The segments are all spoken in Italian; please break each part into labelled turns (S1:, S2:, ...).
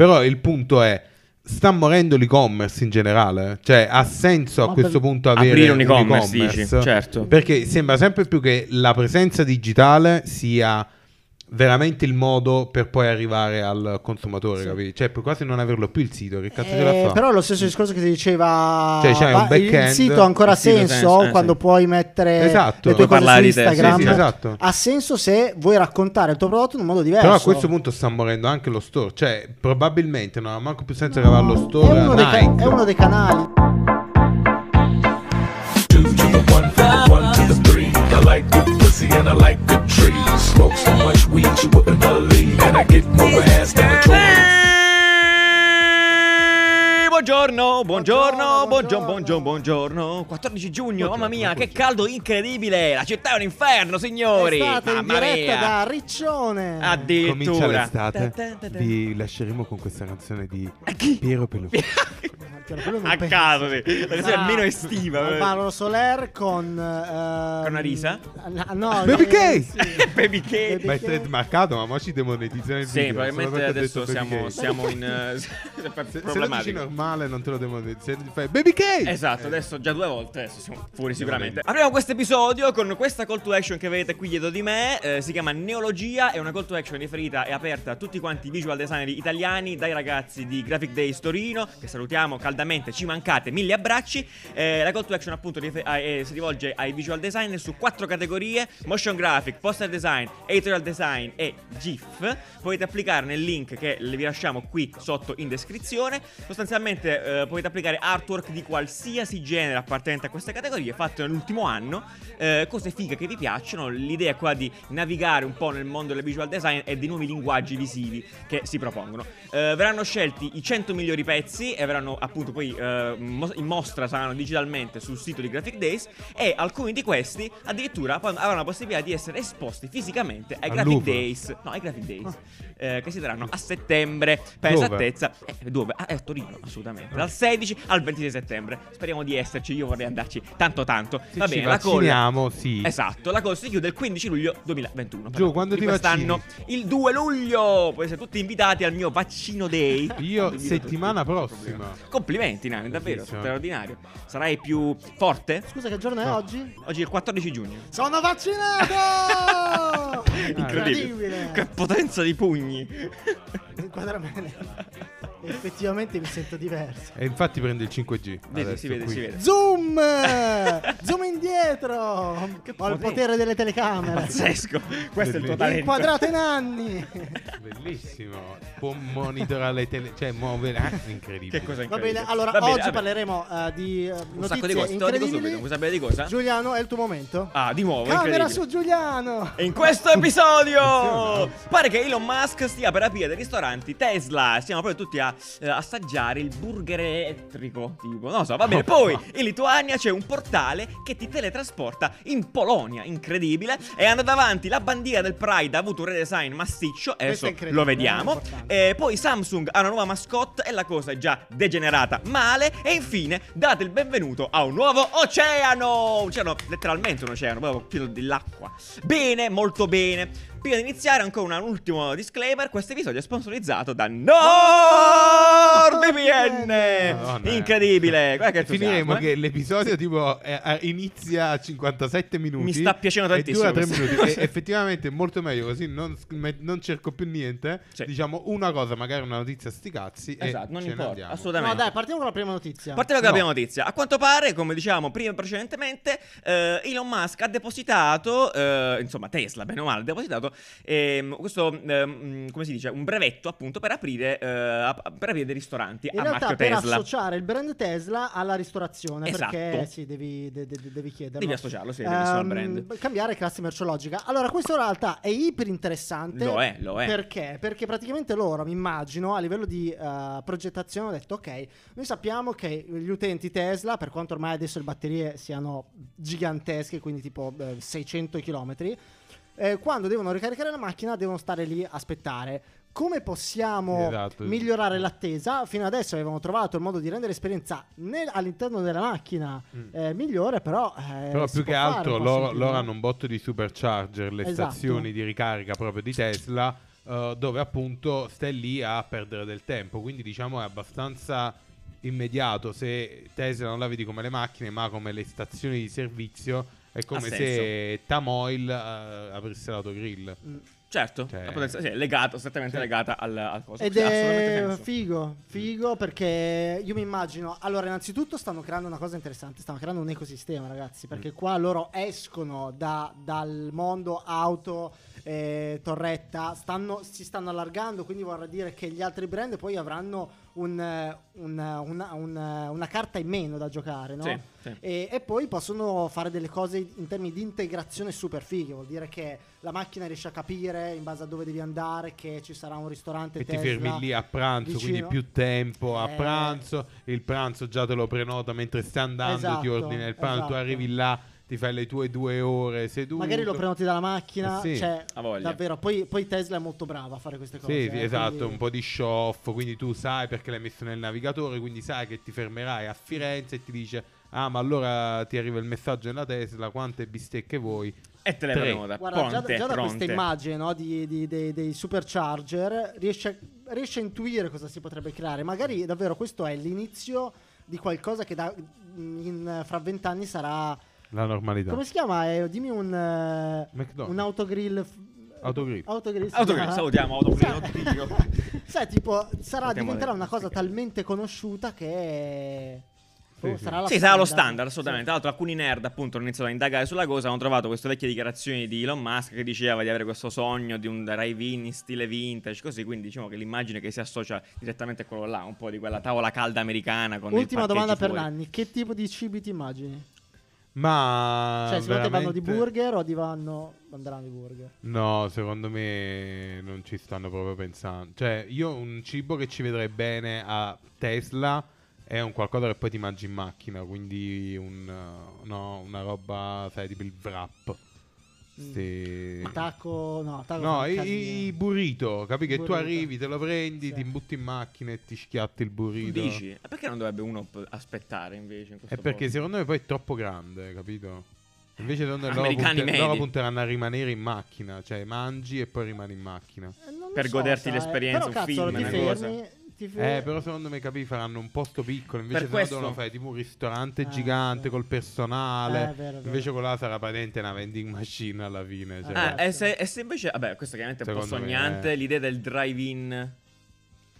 S1: Però il punto è, sta morendo l'e-commerce in generale? Cioè, ha senso a
S2: Ma
S1: questo
S2: per-
S1: punto avere
S3: Aprire un
S1: e-commerce?
S3: e-commerce, dici? Certo.
S1: Perché sembra sempre più che la presenza digitale sia veramente il modo per poi arrivare al consumatore, capi? Cioè, per quasi non averlo più il sito, che cazzo ce la
S2: Eh,
S1: fa?
S2: però è lo stesso discorso che ti diceva
S1: Cioè, c'hai un
S2: va- il
S1: back-end.
S2: sito ha ancora
S3: Il sito
S2: senso,
S3: senso, eh,
S2: quando
S3: sì.
S2: puoi mettere
S1: Esatto.
S2: le
S1: Puoi
S2: tue cose su
S3: parlare di te, sì,
S2: Instagram
S1: sì, esatto.
S2: ha senso se vuoi raccontare il tuo prodotto in un modo diverso
S1: Però a questo punto sta morendo anche lo store, cioè probabilmente non ha manco più senso che va allo
S2: è
S1: store.
S2: uno,
S1: a
S2: dei ca-
S1: Nike.
S2: è uno dei canali
S4: Two to the one, one to the three. I like the pussy and I like the tree. Smoke so much weed you wouldn't believe, and I get more ass than a trolley.
S3: Buongiorno, buongiorno, buongiorno,
S2: Buongiorno,
S3: buongiorno,
S2: buongiorno.
S3: buongiorno. 14 giugno, mamma mia,
S1: buongiorno.
S3: che caldo incredibile! La città è un inferno, signori!
S2: è stata in
S3: Mamma
S2: diretta
S3: mia! Ah,
S2: da Riccione
S1: Comincia
S3: Addirittura.
S1: l'estate. Vi lasceremo con questa canzone di Piero Pelù.
S3: A caso, sì. La canzone almeno estiva.
S2: Ah,
S3: eh.
S2: Alvaro Soler con ehm,
S3: Con Arisa?
S2: Ah, no,
S1: Baby
S2: eh,
S1: K!
S2: sì.
S3: Baby che
S1: Ma è trademarcato, ma mo ci demonetizzano il
S3: Sì,
S1: video.
S3: probabilmente
S1: solamente ho
S3: adesso
S1: detto Baby
S3: siamo,
S1: K.
S3: siamo in. eh,
S1: Se, se lo dici
S3: problematico.
S1: normale non te lo demonetizzano. Se fai Baby K!
S3: Esatto,
S1: Eh,
S3: adesso già due volte, adesso siamo fuori sicuramente.
S1: dentro.
S3: Apriamo questo episodio con questa call to action che vedete qui dietro di me, eh, si chiama Neologia, è una call to action riferita e aperta a tutti quanti i visual designer italiani, dai ragazzi di Graphic Days Torino, che salutiamo caldamente, ci mancate, mille abbracci. Eh, la call to action appunto rife- a- eh, si rivolge ai visual designer su quattro categorie, motion graphic, poster design, editorial design e GIF. Potete applicarne il link che vi lasciamo qui sotto in descrizione. Sostanzialmente eh, potete applicare artwork di qualsiasi genere appartenente a queste categorie, fatto nell'ultimo anno, eh, cose fighe che vi piacciono. L'idea è qua di navigare un po' nel mondo del visual design e dei nuovi linguaggi visivi che si propongono. Eh, verranno scelti i 100 migliori pezzi e verranno appunto poi eh, mos- in mostra saranno digitalmente sul sito di Graphic Days e alcuni di questi addirittura poi avranno la possibilità di essere esposti fisicamente
S1: Al
S3: ai Graphic
S1: Louvre. Ah.
S3: Days, no, ai Graphic Days eh, che si daranno a settembre per
S1: Dove? Ah.
S3: esattezza. Eh, dove? Ah, a Torino, assolutamente. Dal 16 al 26 settembre. Speriamo di esserci, io vorrei andarci tanto tanto.
S1: se
S3: Va
S1: ci
S3: bene, la colla
S1: vacciniamo, sì.
S3: Esatto, la cosa si chiude il 15 luglio 2021.
S1: Gio, quando
S3: di
S1: ti
S3: quest'anno, il 2 luglio. Potete essere tutti invitati al mio vaccino day.
S1: Io
S3: Quindi
S1: settimana
S3: tutti.
S1: prossima.
S3: Complimenti, Nani, davvero,
S1: Bellissimo.
S3: straordinario. Sarai più forte?
S2: scusa che giorno è
S1: No.
S2: oggi?
S3: Oggi è il 14 giugno.
S2: sono vaccinato
S3: Incredibile. Che potenza di pugni.
S2: inquadra bene effettivamente mi sento diverso
S1: E infatti prende il 5G.
S3: Vedi,
S1: adesso
S3: si vede,
S1: qui.
S3: si vede.
S2: Zoom! Zoom indietro!
S3: Che
S2: Ho il
S3: potere.
S2: potere delle telecamere!
S3: Pazzesco. Questo è il
S1: Bellissimo.
S3: tuo talento.
S2: Inquadrato in anni!
S1: Bellissimo. Può monitorare le tele, cioè muovere. ah, incredibile.
S3: Che cosa
S2: Va
S3: incredibile.
S2: bene, allora
S3: Va bene,
S2: oggi
S3: va bene.
S2: parleremo eh, di eh,
S3: Un sacco
S2: notizie
S3: di cose. Te lo dico subito.
S2: incredibili.
S3: Vuoi sapere di cosa?
S2: Giuliano, è il tuo momento.
S3: Ah, di nuovo.
S2: Camera
S3: incredibile.
S2: su Giuliano!
S3: E in questo episodio
S1: Funziona.
S3: pare che Elon Musk stia per aprire dei ristoranti Tesla. Stiamo proprio tutti a eh, assaggiare il burger elettrico. Tipo, non lo so, va bene. Poi in Lituania c'è un portale che ti teletrasporta in Polonia. Incredibile. È andata avanti la bandiera del Pride, ha avuto un redesign massiccio. E
S2: Questo
S3: adesso
S2: è incredibile,
S3: lo vediamo.
S2: è importante.
S3: E poi Samsung ha una nuova mascotte e la cosa è già degenerata male. E infine date il benvenuto a un nuovo oceano. Oceano, letteralmente un oceano, proprio pieno dell'acqua. Bene, molto bene. Prima di iniziare, ancora un ultimo disclaimer: questo episodio è sponsorizzato da NordVPN.
S1: Oh, Madonna, eh.
S3: Incredibile, guarda che
S1: Finiremo
S3: entusiasmo, eh.
S1: che l'episodio tipo eh, eh, inizia a 57 minuti.
S3: Mi sta piacendo tantissimo
S1: E dura 3
S3: questa
S1: minuti.
S3: cosa.
S1: E effettivamente è molto meglio così. Non, sc- me- non cerco più niente.
S3: Sì.
S1: Diciamo una cosa, magari una notizia, sti cazzi.
S3: Esatto,
S1: e
S3: non
S1: ce ne
S3: importa,
S1: andiamo.
S3: assolutamente.
S2: No, dai, partiamo con la prima notizia.
S3: Partiamo con la
S1: No.
S3: prima notizia. A quanto pare, come diciamo prima precedentemente, eh, Elon Musk ha depositato, eh, insomma Tesla, bene o male, ha depositato ehm, questo, ehm, come si dice, un brevetto appunto per aprire, eh, a- per aprire dei ristoranti
S2: in
S3: a
S2: realtà
S3: Ah, marchio
S2: per
S3: Tesla.
S2: associare il brand Tesla alla ristorazione,
S3: Esatto.
S2: perché sì, devi, de- de- devi chiederlo.
S3: Devi associarlo, sì, devi
S1: Ehm,
S3: associare al brand.
S2: Ehm, Cambiare classe merceologica. Allora, questo in realtà è iper interessante.
S3: Lo è, lo è.
S2: Perché? Perché praticamente loro, mi immagino, a livello di eh, progettazione hanno detto, ok, noi sappiamo che gli utenti Tesla, per quanto ormai adesso le batterie siano gigantesche, quindi tipo eh, 600 km, quando devono ricaricare la macchina devono stare lì a aspettare. Come possiamo
S1: Esatto.
S2: migliorare l'attesa? Fino adesso avevano trovato il modo di rendere l'esperienza nel- all'interno della macchina
S1: Mm.
S2: eh, migliore, però... eh,
S1: Però
S2: si
S1: più
S2: può
S1: che
S2: fare
S1: altro
S2: un passo in
S1: loro,
S2: più,
S1: loro
S2: no?
S1: hanno un botto di supercharger, le
S2: Esatto.
S1: stazioni di ricarica proprio di Tesla. eh, dove appunto stai lì a perdere del tempo. Quindi diciamo è abbastanza immediato se Tesla non la vedi come le macchine ma come le stazioni di servizio. È come se Tamoil eh, aprisse l'autogrill.
S3: Certo,
S1: Cioè-
S3: la potenza- sì, è legato, strettamente
S1: Sì.
S3: legata al, al coso.
S2: Ed
S3: Sì, ha assolutamente
S2: è
S3: senso.
S2: figo, figo perché io mi immagino. Allora, innanzitutto stanno creando una cosa interessante, stanno creando un ecosistema, ragazzi,
S1: Mm.
S2: perché qua loro escono da- dal mondo auto, eh, torretta, stanno- si stanno allargando, quindi vorrà dire che gli altri brand poi avranno un, eh, un, eh, una, un, eh, una carta in meno da giocare, no?
S3: Sì, sì.
S2: E, e poi possono fare delle cose in termini di integrazione super fighe, vuol dire che la macchina riesce a capire in base a dove devi andare che ci sarà un ristorante
S1: E ti
S2: Tesla
S1: fermi lì a pranzo,
S2: vicino.
S1: quindi più tempo a
S2: Eh.
S1: pranzo, il pranzo già te lo prenota mentre stai andando, ti
S2: Esatto,
S1: ordini il pranzo, tu
S2: esatto.
S1: arrivi là, ti fai le tue due ore seduto.
S2: Magari lo prenoti dalla macchina,
S1: Eh sì,
S2: cioè,
S3: ha voglia.
S2: davvero. Poi, poi Tesla è molto brava a fare queste cose.
S1: Sì,
S2: eh,
S1: sì, esatto,
S2: quindi-
S1: un po' di show-off, quindi tu sai perché l'hai messo nel navigatore, quindi sai che ti fermerai a Firenze e ti dice "Ah, ma allora ti arriva il messaggio nella Tesla, quante bistecche vuoi?"
S3: E te le
S1: Tre.
S3: prenota.
S2: Guarda, già,
S3: pronte,
S2: già da
S3: pronte.
S2: questa immagine no, di- di- dei, dei supercharger riesce, a- riesce a intuire cosa si potrebbe creare. Magari davvero questo è l'inizio di qualcosa che da- in- fra vent'anni sarà.
S1: La normalità.
S2: Come si chiama? Eh, dimmi un, eh,
S1: McDonald's.
S2: un autogrill. f-
S1: Autogrill.
S2: Autogrill, si
S3: Autogrill,
S2: chiama?
S3: salutiamo Autogrill,
S2: Sa-
S3: oddio.
S2: Sai, tipo, sarà-
S3: Salutiamo
S2: diventerà
S3: le-
S2: una cosa
S3: sì.
S2: talmente conosciuta che.
S1: Sì,
S2: boh,
S1: sì.
S2: sarà la
S3: Sì, sarà lo
S2: standard.
S3: standard, assolutamente. Tra l'altro, alcuni nerd appunto hanno iniziato a indagare sulla cosa. Hanno trovato queste vecchie dichiarazioni di Elon Musk che diceva di avere questo sogno di un drive-in in stile vintage. Così, quindi diciamo che l'immagine che si associa direttamente a quello là, un po' di quella tavola calda americana. Con il
S2: Ultima domanda per
S3: parcheggio fuori.
S2: Nanni: che tipo di cibi ti immagini?
S1: Ma
S2: cioè, secondo te vanno di
S1: Ah, veramente-
S2: burger o di vanno. andranno di burger?
S1: No, secondo me non ci stanno proprio pensando. Cioè, io un cibo che ci vedrei bene a Tesla è un qualcosa che poi ti mangi in macchina, quindi un, eh, no, una roba, sai, tipo il wrap.
S2: Mm.
S1: Sì.
S2: Taco, no, taco
S1: No,
S2: fa un
S1: i,
S2: casino.
S1: i burrito, capi che tu
S2: Burrito.
S1: arrivi, te lo prendi,
S2: Sì.
S1: ti imbutti in macchina e ti schiatti il
S3: Tu
S1: burrito.
S3: dici, "Ah, perché non dovrebbe uno p- aspettare invece? In questo
S1: È perché
S3: posto?"
S1: secondo me poi è troppo grande, capito? Invece secondo me loro,
S3: Americani
S1: punter- loro
S3: medi.
S1: punteranno a rimanere in macchina, cioè mangi e poi rimani in macchina.
S2: Eh, non lo
S3: per
S2: so,
S3: goderti
S2: sai.
S3: l'esperienza,
S2: Però,
S3: un
S2: cazzo,
S3: film,
S2: ti
S1: una
S2: fermi, ti fermi.
S1: Eh, però secondo me capì faranno un posto piccolo. Invece
S3: Per
S1: se no
S3: questo-
S1: devono fare tipo un ristorante
S2: Ah,
S1: gigante
S2: sì.
S1: col personale.
S2: Eh, è vero, è vero.
S1: Invece quella sarà praticamente una vending machine alla fine. Cioè.
S3: Ah, e se, e se invece, vabbè, questo chiaramente è un po'
S1: Secondo me-
S3: sognante. L'idea del drive-in,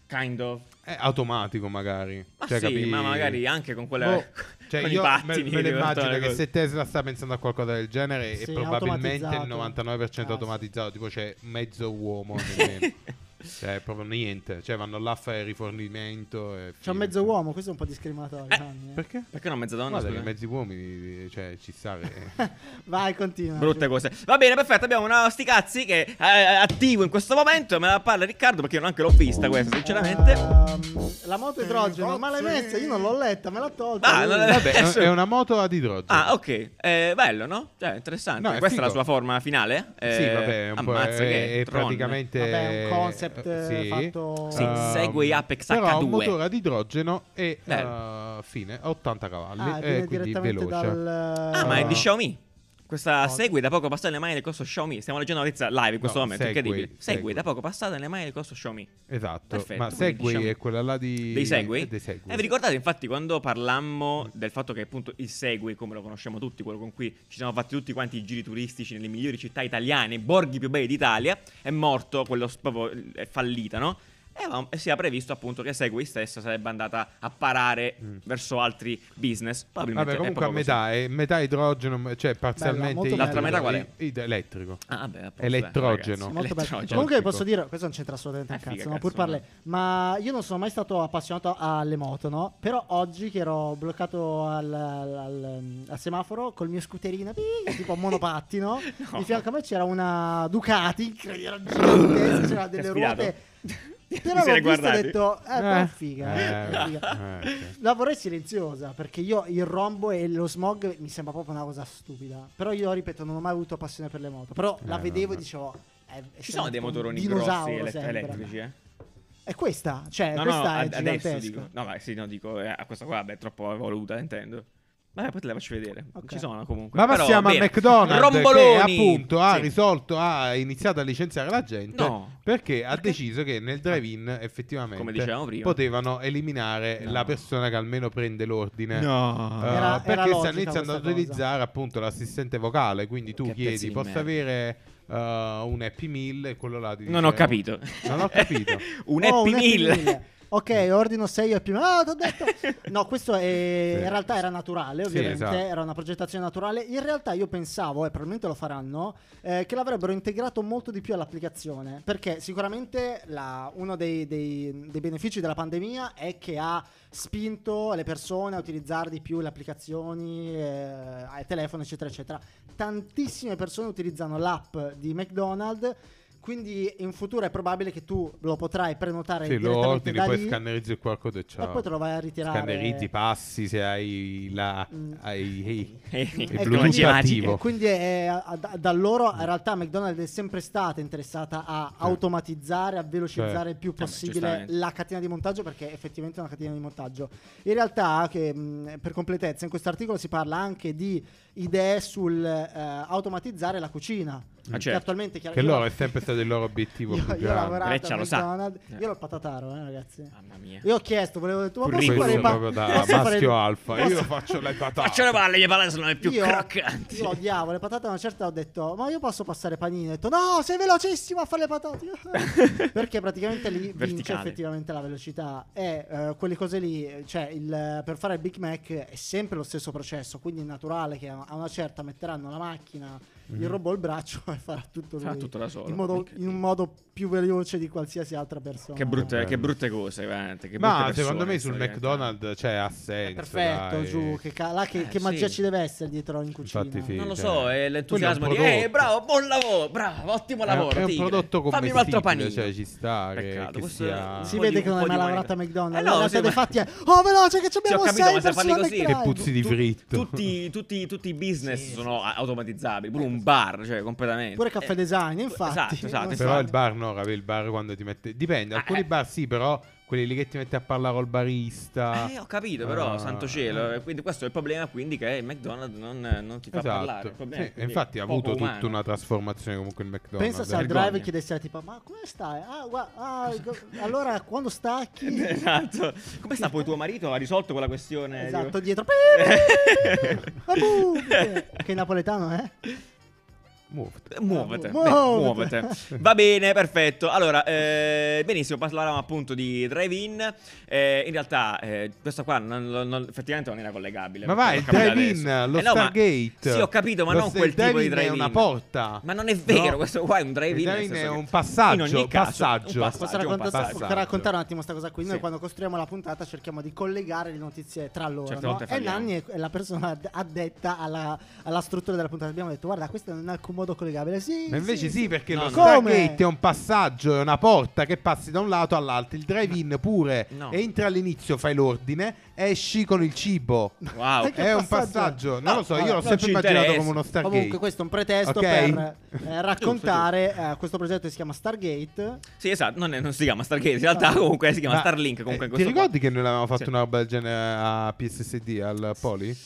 S3: kind of.
S1: È automatico, magari.
S3: Ma
S1: Cioè,
S3: sì,
S1: capì?
S3: ma magari anche con quella.
S1: Boh, Cioè,
S3: con
S1: io
S3: i
S1: me,
S3: pattini
S1: me lo
S3: di
S1: immagino
S3: guardare
S1: che
S3: cose.
S1: se Tesla sta pensando a qualcosa del genere,
S2: Sì,
S1: è probabilmente il
S2: automatizzato.
S1: 99%
S2: Ah,
S1: automatizzato. Tipo c'è mezzo uomo. nel- cioè, proprio niente. Cioè, vanno là a fare rifornimento. e
S2: C'è
S1: fine.
S2: un mezzo uomo, questo è un po' discriminatorio. Nanni, eh.
S1: Perché?
S3: Perché no, mezzadonna?
S1: Guarda, che
S3: scusa?
S1: mezzi uomini, cioè, ci sta. che-
S2: Vai, continua.
S3: Brutte cose. Va bene, perfetto. Abbiamo una sticazzi che è attivo in questo momento. Me la parla Riccardo perché io neanche l'ho vista questa, sinceramente.
S2: Ehm, la moto idrogeno, ma l'hai messa? Io non l'ho letta, me l'ha tolta.
S3: Ah,
S2: lui.
S3: non l'hai-
S1: Vabbè, è- è una moto ad idrogeno.
S3: Ah, ok. Eh, bello, no? Cioè, interessante.
S1: No, è
S3: Questa è la
S1: figo.
S3: sua forma finale? Eh,
S1: sì, vabbè, è un po'
S3: ammazza
S1: è,
S3: che
S1: è
S3: tron.
S1: praticamente
S2: Vabbè, un concept,
S1: eh,
S2: fatto- Sì,
S1: Ehm,
S3: Segway Apex
S1: però ha un
S3: H2.
S1: motore ad idrogeno e
S3: Bello.
S1: eh, fine, a 80 cavalli
S2: Ah,
S1: e
S2: viene
S1: Eh, quindi
S2: direttamente
S1: veloce.
S2: dal. eh,
S3: Ah, ma è di
S1: Ah.
S3: Xiaomi. Questa
S2: No.
S3: segue da poco passata nelle mani del costo Xiaomi. Stiamo leggendo la notizia live in questo
S1: No,
S3: momento.
S1: Segway,
S3: incredibile. Segue
S1: Segway.
S3: da poco passata nelle mani del costo Xiaomi.
S1: Esatto,
S3: Perfetto,
S1: ma
S3: quindi
S1: Segway
S3: diciamo-
S1: è quella là di...
S3: dei Segway.
S1: eh, dei Segway.
S3: Eh, vi ricordate infatti quando parlammo del fatto che appunto il Segway, come lo conosciamo tutti, quello con cui ci siamo fatti tutti quanti i giri turistici nelle migliori città italiane, i borghi più belli d'Italia, è morto, quello s- proprio è fallita, no? E avevamo- E si era previsto appunto che Segway stessa sarebbe andata a parare
S1: Mm.
S3: verso altri business.
S1: Vabbè,
S3: Probabilmente è
S1: comunque a
S3: proprio
S1: metà,
S3: così.
S1: è metà idrogeno, cioè parzialmente...
S2: molto Eh,
S3: L'altra
S1: idro-
S3: metà qual è?
S1: id- elettrico.
S3: Ah, vabbè, appunto,
S1: Elettrogeno.
S3: dai, ragazzi,
S2: Molto bello.
S3: elettrogeno.
S2: Comunque vi
S1: Logico.
S2: posso dire, questo non c'entra assolutamente un
S3: Eh,
S2: cazzo,
S3: figa,
S2: no,
S3: cazzo,
S2: pur parlè. Ma io non sono mai stato appassionato alle moto, no? Però oggi che ero bloccato al, al- al semaforo col mio scooterino, pi- tipo monopattino,
S3: No.
S2: di fianco a me c'era una Ducati, incredibile, gigantesca, c'era
S3: Ti ha
S2: delle
S3: sfidato.
S2: ruote.
S3: Ti
S2: Però
S3: sei
S2: l'ho vista e
S3: guardati?
S2: ho detto, eh, però è figa, eh, è
S1: Eh,
S2: figa.
S1: eh, ok.
S2: La vorrei silenziosa perché io il rombo e lo smog mi sembra proprio una cosa stupida. Però io, ripeto, non ho mai avuto passione per le moto. Però la
S1: Eh,
S2: vedevo e
S1: vabbè.
S2: dicevo. "Eh, è- è
S3: Ci sono dei
S2: sempre un
S3: motoroni grossi
S2: dinosauro
S3: elett-
S2: sembra.
S3: elettrici, eh?
S2: È questa, cioè,
S3: no, no,
S2: questa
S3: ad-
S2: è
S3: adesso
S2: gigantesca. Oh,
S3: dico. No, ma sì, no, dico, eh, questa qua vabbè, è troppo evoluta, intendo. Vabbè, poi te le faccio vedere.
S2: Ok.
S3: Ci sono comunque.
S1: Ma
S3: Però,
S1: passiamo a
S3: bene.
S1: McDonald's
S3: Romboloni.
S1: che appunto ah, ha
S3: Sì.
S1: risolto, ha iniziato a licenziare la gente
S3: No.
S1: perché ha
S3: Perché?
S1: deciso che nel drive-in effettivamente
S3: Come dicevamo prima.
S1: potevano eliminare
S3: No.
S1: la persona che almeno prende l'ordine.
S3: No.
S1: Eh,
S2: Era- era
S1: perché
S2: logica
S1: stanno iniziando ad
S2: questa cosa.
S1: utilizzare appunto l'assistente vocale, quindi tu
S3: Che pezzi
S1: chiedi
S3: di
S1: posso
S3: merda."
S1: avere eh, un Happy Meal e quello là ti dice,
S3: Non ho capito.
S1: Non ho capito.
S3: un
S2: Oh,
S3: Happy
S2: un
S3: Meal.
S2: Ok, ordino 6 Happy Meal. Ah, t'ho detto. No, questo è-
S1: Sì.
S2: in realtà era naturale,
S1: Sì,
S2: ovviamente,
S1: esatto.
S2: era una progettazione naturale. In realtà io pensavo, e probabilmente lo faranno, eh, che l'avrebbero integrato molto di più all'applicazione, perché sicuramente la- uno dei, dei- dei benefici della pandemia è che ha spinto le persone a utilizzare di più le applicazioni, eh, il telefono, eccetera, eccetera. Tantissime persone utilizzano l'app di McDonald's. Quindi in futuro è probabile che tu lo potrai prenotare
S1: Sì, lo
S2: direttamente
S1: ordini,
S2: da
S1: poi
S2: lì
S1: scannerizzi il QR code e ciao.
S2: e poi te lo vai a ritirare.
S1: Scannerizzi, passi se hai la...
S2: Mm.
S1: hai- hai-
S3: Il
S2: Ecco.
S1: Bluetooth
S2: Magia
S1: attivo.
S2: E quindi è- a- da, da loro in realtà McDonald's è sempre stata interessata a automatizzare, a velocizzare il più
S3: Vabbè,
S2: possibile
S3: Eh, giustamente.
S2: la catena di montaggio perché effettivamente è una catena di montaggio. In realtà, che, mh, per completezza, in questo articolo si parla anche di idee sul eh, automatizzare la cucina.
S3: Ah,
S2: Che
S3: certo.
S2: attualmente chiar-
S1: Che
S2: io-
S1: loro è sempre stato il loro obiettivo
S2: Io,
S1: più
S2: io ho
S1: grande.
S2: lavorato
S3: Breccia
S2: a
S3: lo sa.
S2: McDonald's,
S3: Eh. Ah,
S2: io ero il patataro, eh, ragazzi.
S3: Mamma mia.
S2: Io ho chiesto, volevo tu ma posso
S1: Curriculum
S2: fare il pa-
S1: proprio da
S2: posso fare il-
S1: maschio alfa. Io
S2: posso-
S1: faccio le patate.
S3: Faccio le palle, le palle sono le più
S2: io,
S3: croccanti.
S2: Io odiavo le patate, a una certa ho detto, ma io posso passare panini? Ho detto, no, sei velocissimo a fare le patate. Perché praticamente lì vince
S3: Verticale.
S2: effettivamente la velocità. E eh, quelle cose lì, eh, cioè il, eh, per fare il Big Mac è sempre lo stesso processo, quindi è naturale che a a una certa metteranno la macchina, il robot il braccio e farà tutto lui.
S3: Fa Mhm. tutto da solo.
S2: in, modo,
S3: Minchia.
S2: in un modo più veloce di qualsiasi altra persona.
S3: Che brutte, che brutte cose, veramente. Che
S1: Ma
S3: brutte
S1: secondo
S3: persone eh,
S1: me sul
S3: stanno diventando.
S1: McDonald's cioè, ha
S2: È
S1: senso.
S2: perfetto,
S1: dai.
S2: giù, che, ca- là che,
S3: Eh,
S2: che magia
S3: sì.
S2: ci deve essere dietro in cucina.
S1: Infatti sì,
S3: Non lo
S1: cioè,
S3: so, è l'entusiasmo
S1: quello
S3: di
S1: è un
S3: Eh,
S1: prodotto.
S3: bravo, buon lavoro, bravo, ottimo
S1: È un-
S3: lavoro
S1: è un
S3: tigre.
S1: prodotto
S3: Fammi un
S1: commestibile,
S3: altro panino
S1: cioè, ci sta che-
S3: Peccato,
S1: che
S3: questo
S1: sia-
S3: è un
S2: Si
S3: po'
S2: vede
S3: di-
S2: che non
S3: un
S2: hai
S3: po'
S2: mai
S3: di
S2: lavorato a
S3: umanità.
S2: McDonald's.
S3: Eh
S2: in
S3: no,
S2: realtà dei
S3: sì, ma-
S2: fatti è "Oh, veloce che ci
S3: Sì, ho
S2: abbiamo
S3: capito,
S2: sei
S3: ma se parli
S2: persone
S3: così-
S2: al
S1: Che
S2: McDrive".
S1: puzzi di fritto.
S3: tutti, tutti- tutti i business sono a- automatizzabili, pure un bar, cioè completamente.
S2: Eh, Pure caffè
S3: Eh,
S2: design, infatti.
S3: Esatto, esatto,
S2: Non
S1: Però
S2: so.
S1: il bar no, raga, il bar quando ti mette... Dipende,
S3: Ah,
S1: alcuni
S3: eh.
S1: bar sì, però quelli lì che ti mette a parlare col barista...
S3: Eh, ho capito, però,
S1: Ah.
S3: santo cielo. eh, Quindi questo è il problema, quindi che il McDonald's non, non ti fa parlare.
S1: Esatto,
S3: il problema è
S1: Sì,
S3: quindi
S1: infatti ha
S3: poco
S1: avuto
S3: umano.
S1: tutta una trasformazione comunque il McDonald's.
S2: Pensa se al
S3: Vergogna.
S2: drive chiedessi a tipo, ma come stai? Ah, gua- ah, go- allora quando stacchi?
S3: Esatto. Come sta poi tuo marito? Ha risolto quella questione?
S2: esatto,
S3: Dico-
S2: dietro. Ah, buh, che- che napoletano, eh?
S1: Muoviti.
S2: Muovete.
S3: Muovete, beh, muovete. Va bene, perfetto. Allora, eh, benissimo, parlavamo appunto di drive-in. Eh, in realtà, eh, questa qua non- non- non- effettivamente non era collegabile.
S1: Ma
S3: perché
S1: vai,
S3: l'ho
S1: il
S3: capita
S1: drive-in,
S3: adesso.
S1: lo
S3: Eh no, ma-
S1: Stargate.
S3: Sì, ho capito, ma
S1: Lo
S3: non
S1: s-
S3: quel
S1: il
S3: tipo di
S1: drive-in
S3: drive-in.
S1: è una porta.
S3: Ma non è vero,
S1: No.
S3: questo qua è un drive-in.
S1: Il
S3: nel
S1: drive-in è
S3: senso
S1: un
S3: che-
S1: passaggio,
S3: in ogni caso,
S1: passaggio.
S3: Un
S2: Posso
S3: passaggio, un
S2: raccontare,
S3: passaggio.
S1: passaggio.
S2: raccontare un attimo questa cosa qui? Noi
S3: Sì.
S2: quando costruiamo la puntata cerchiamo di collegare le notizie tra loro.
S3: Certe
S2: no?
S3: volte
S2: E
S3: falliamo.
S2: Nanni è- è la persona ad- addetta alla, alla struttura della puntata. Abbiamo detto, guarda, questa non è in alcun modo collegabile. Sì,
S1: Ma invece sì, perché
S3: No,
S1: lo
S3: no.
S1: Stargate
S2: Come?
S1: è un passaggio, è una porta che passi da un lato all'altro. Il drive-in pure
S3: No.
S1: entra all'inizio, fai l'ordine, esci con il cibo.
S3: Wow.
S2: Che
S1: è un
S2: passaggio?
S1: passaggio, non
S3: No,
S1: lo so,
S3: vabbè,
S1: io l'ho
S3: non
S1: sempre
S3: ci
S1: immaginato
S3: interessa.
S1: come uno Stargate.
S2: Comunque questo è un pretesto
S1: Ok?
S2: per eh, raccontare eh, questo progetto che si chiama Stargate.
S3: Sì, esatto, non, è- non si chiama Stargate, in realtà comunque si chiama
S1: Ma,
S3: Starlink. Comunque
S1: eh,
S3: in
S1: ti
S3: questo
S1: ricordi che noi avevamo fatto
S3: Sì.
S1: una roba del genere a PSSD al Poli?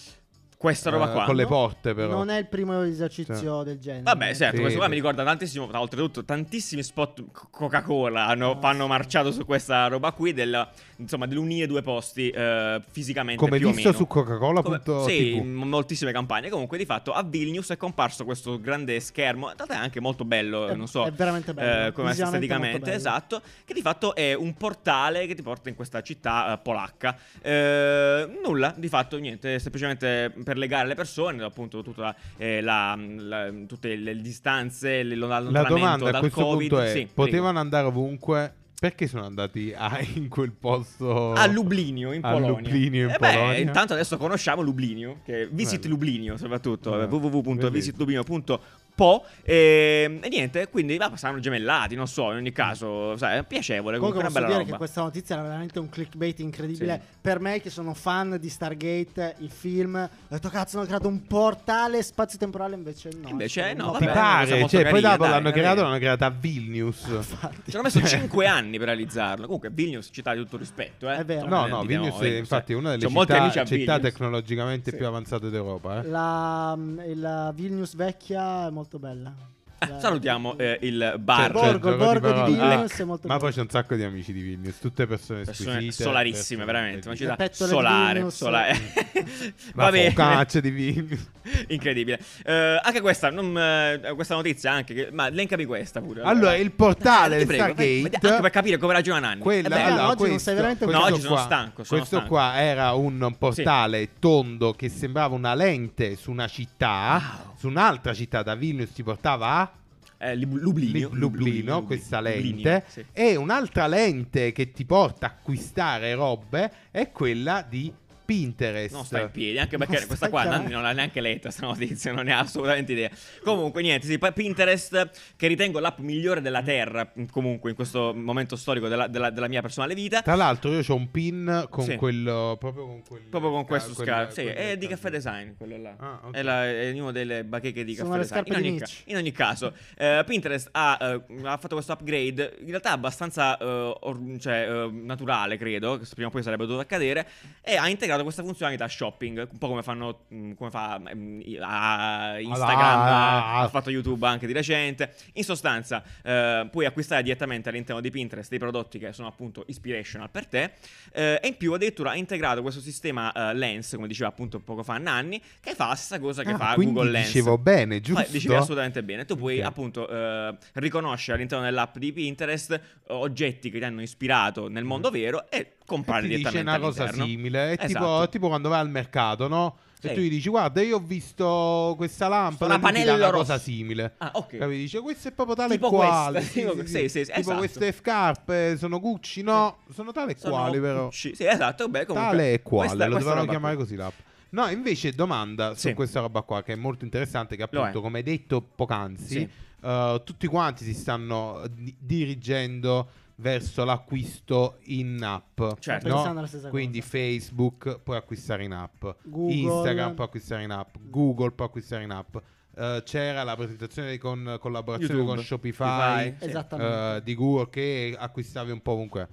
S3: qua. Questa roba
S1: Eh,
S3: qua.
S1: con le porte però.
S2: Non è il primo esercizio del genere.
S3: Vabbè, certo,
S1: Sì.
S3: questo qua mi ricorda tantissimo. tra- Oltretutto, tantissimi spot co- Coca-Cola hanno, hanno marciato su questa roba qui. Del, insomma, dell'unire due posti eh, fisicamente
S1: Come
S3: più o
S1: visto
S3: meno.
S1: su Coca-Cola.tv.
S3: sì, in moltissime campagne. Comunque, di fatto, a Vilnius è comparso questo grande schermo. In realtà è anche molto bello,
S2: È-
S3: non so.
S2: Eh, è veramente bello,
S3: eh, come
S2: visivamente
S3: essa
S2: molto
S3: esteticamente,
S2: bello.
S3: esatto. Che di fatto è un portale che ti porta in questa città eh, polacca. Eh, nulla, di fatto, niente. Semplicemente per legare le persone, appunto, tutta, eh, la- la- tutte le distanze, le-
S1: La
S3: l'allontanamento
S1: domanda
S3: dal
S1: a questo
S3: COVID.
S1: punto è:
S3: Sì, prego.
S1: potevano andare ovunque? Perché sono andati a, in quel posto?
S3: A Lublinio in
S1: A
S3: Polonia.
S1: Lublinio, in
S3: Eh beh,
S1: Polonia.
S3: intanto adesso conosciamo Lublinio, che visit
S1: Bello.
S3: Lublinio soprattutto,
S1: Ah,
S3: www.visitlublinio.pl po'. ehm, E, e niente, quindi va, saranno gemellati, non so, in ogni caso, sai, è piacevole,
S2: Comunque
S3: comunque, è una
S2: posso
S3: bella
S2: dire
S3: roba.
S2: che questa notizia era veramente un clickbait incredibile
S3: Sì.
S2: per me che sono fan di Stargate, i film. Ho detto cazzo, hanno creato un portale spazio-temporale invece no.
S3: Invece
S2: cioè,
S1: Ti
S3: no, vabbè.
S2: per-
S3: una cosa
S1: pare?
S3: molto
S1: Cioè, poi
S3: carina,
S1: dopo
S3: dai,
S1: l'hanno
S3: carina.
S1: creato, l'hanno creata a Vilnius.
S3: Ci hanno messo 5 anni per realizzarlo. Comunque, Vilnius, città di tutto rispetto, eh.
S2: È vero.
S3: Insomma,
S1: No,
S3: eh,
S1: no,
S3: di
S1: Vilnius
S3: Vilnius,
S1: è infatti
S3: eh.
S1: una delle
S3: C'ho molti amici
S1: città,
S3: a
S1: città
S3: Vilnius.
S1: tecnologicamente
S3: Sì.
S1: più avanzate d'Europa. eh.
S2: La, la Vilnius vecchia è molto bella.
S3: Eh,
S2: La-
S3: salutiamo eh, il
S1: Cioè,
S3: bar.
S1: il
S2: Borgo,
S1: gioco
S2: Borgo di
S1: parole. Eh,
S2: Vilnius è molto
S1: Ma
S2: bello.
S1: poi c'è un sacco di amici di Vilnius, tutte persone,
S3: persone
S1: squisite. persone-
S3: solarissime, veramente. Una
S2: La
S3: città
S2: pettola di
S3: solare,
S2: Venus.
S3: solare.
S1: Mm. Ma
S3: Va bene.
S1: focaccia di Vilnius.
S3: Incredibile. Eh, anche questa, non, eh, questa notizia, anche, che- ma elencami questa pure.
S1: Allora, il portale
S3: Eh,
S1: del
S3: Ti prego, vai-
S1: Stargate.
S3: Anche per capire come ragiona Nanni.
S1: Quella-
S3: Eh beh,
S1: allora,
S2: oggi non sei veramente
S1: questo
S3: No, oggi sono
S1: qua-
S3: stanco, sono
S1: questo
S3: stanco.
S1: qua era un portale tondo che sembrava una lente su una città,
S3: Wow.
S1: su un'altra città da Vilnius ti portava a
S3: eh, Lib- Lublino,
S1: Lib- Lublino, questa
S3: Lublino,
S1: lente.
S3: sì.
S1: E un'altra lente che ti porta a acquistare robe è quella di Pinterest.
S3: Non sta in piedi, anche
S2: Non
S3: perché
S2: sta
S3: questa qua
S2: chiaro.
S3: Nanni non l'ha neanche letta questa notizia, non ne ha assolutamente idea. Comunque, niente, sì, poi Pinterest, che ritengo l'app migliore della Terra, mh, comunque in questo momento storico della, della- della mia personale vita.
S1: Tra l'altro io ho un pin con
S3: Sì.
S1: quello proprio con quel
S3: Proprio con
S1: ca-
S3: questo
S1: quel-
S3: scarpe, sì,
S1: quel-
S3: è di caffè design quello là.
S1: Ah, ok.
S3: È, la, è una delle bacheche di
S2: Sono
S3: caffè
S2: le
S3: design.
S2: scarpe
S3: in,
S2: di
S3: ogni
S2: Nietzsche.
S3: in ogni caso, eh, Pinterest ha, eh, ha fatto questo upgrade, in realtà abbastanza eh, or- cioè, eh, naturale, credo, che prima o poi sarebbe dovuto accadere, e ha integrato questa funzionalità shopping, un po' come fanno mh, come fa mh, i- a Instagram,
S1: Ah.
S3: ha fatto YouTube anche di recente. In sostanza, eh, puoi acquistare direttamente all'interno di Pinterest dei prodotti che sono appunto inspirational per te. Eh, e in più addirittura ha integrato questo sistema eh, Lens, come diceva appunto poco fa Nanni, che fa la stessa cosa che
S1: Ah,
S3: fa
S1: quindi
S3: Google Lens.
S1: dicevo bene, giusto?
S3: Eh, dicevi assolutamente bene. Tu puoi
S1: Ok.
S3: appunto eh, riconoscere all'interno dell'app di Pinterest eh, oggetti che ti hanno ispirato nel mondo vero e
S1: Mm. E
S3: comprare
S1: ti dice
S3: direttamente
S1: una cosa
S3: all'interno.
S1: simile, è tipo,
S3: Esatto.
S1: tipo quando vai al mercato, no?
S3: Sì.
S1: E tu gli dici "Guarda, io ho visto questa lampada,
S3: Una
S1: lui ti dà
S3: panella
S1: una
S3: rossa."
S1: cosa simile".
S3: Ah, ok.
S1: Capito? Dice "Questo è proprio tale e
S3: Tipo
S1: quale".
S3: questa, tipo- sì, sì, sì,
S1: tipo
S3: esatto.
S1: queste scarpe sono Gucci, no? Sono tale e
S3: Sono
S1: quali però.
S3: Gucci. Sì, esatto, beh, comunque
S1: tale e quale,
S3: questa-
S1: lo
S3: questa
S1: dovevano
S3: roba
S1: chiamare
S3: qui.
S1: così l'app. No, invece domanda su
S3: Sì.
S1: questa roba qua che è molto interessante, che
S3: Lo
S1: appunto
S3: è.
S1: come hai detto poc'anzi,
S3: Sì.
S1: eh, tutti quanti si stanno di- dirigendo verso l'acquisto in app.
S3: Certo.
S1: no?
S2: Pensando alla stessa
S1: Quindi
S2: cosa.
S1: Facebook puoi acquistare in app,
S2: Google.
S1: Instagram puoi acquistare in app, Google puoi acquistare in app. Eh, c'era la presentazione con collaborazione
S3: YouTube,
S1: con Shopify,
S3: Shopify, sì.
S2: Esattamente.
S1: eh, di Google che acquistavi un po' ovunque.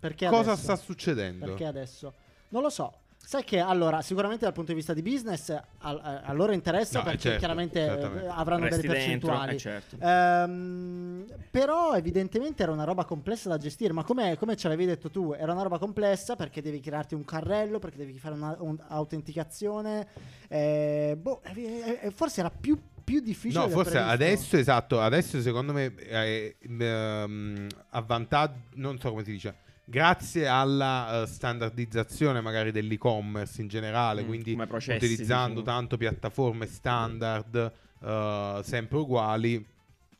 S2: Perché
S1: Cosa
S2: adesso?
S1: sta succedendo?
S2: Perché adesso? Non lo so. Sai che allora, sicuramente dal punto di vista di business, al- a, a loro interessa
S1: No, eh,
S2: perché
S1: certo,
S2: chiaramente
S1: certamente.
S2: eh, avranno
S3: Resti
S2: delle
S3: dentro,
S2: percentuali.
S3: eh, certo.
S2: Ehm, però evidentemente era una roba complessa da gestire, ma come, come ci avevi detto tu, era una roba complessa perché devi crearti un carrello, perché devi fare una- un'autenticazione. eh, boh, eh, eh, eh, forse era più, più difficile.
S1: No,
S2: del
S1: forse
S2: previsto.
S1: adesso, esatto, adesso secondo me eh, ehm, a vantaggio, non so come si dice, grazie alla eh, standardizzazione magari dell'e-commerce in generale,
S3: Mm,
S1: quindi
S3: come processi,
S1: utilizzando
S3: diciamo.
S1: tanto piattaforme standard, eh, sempre uguali,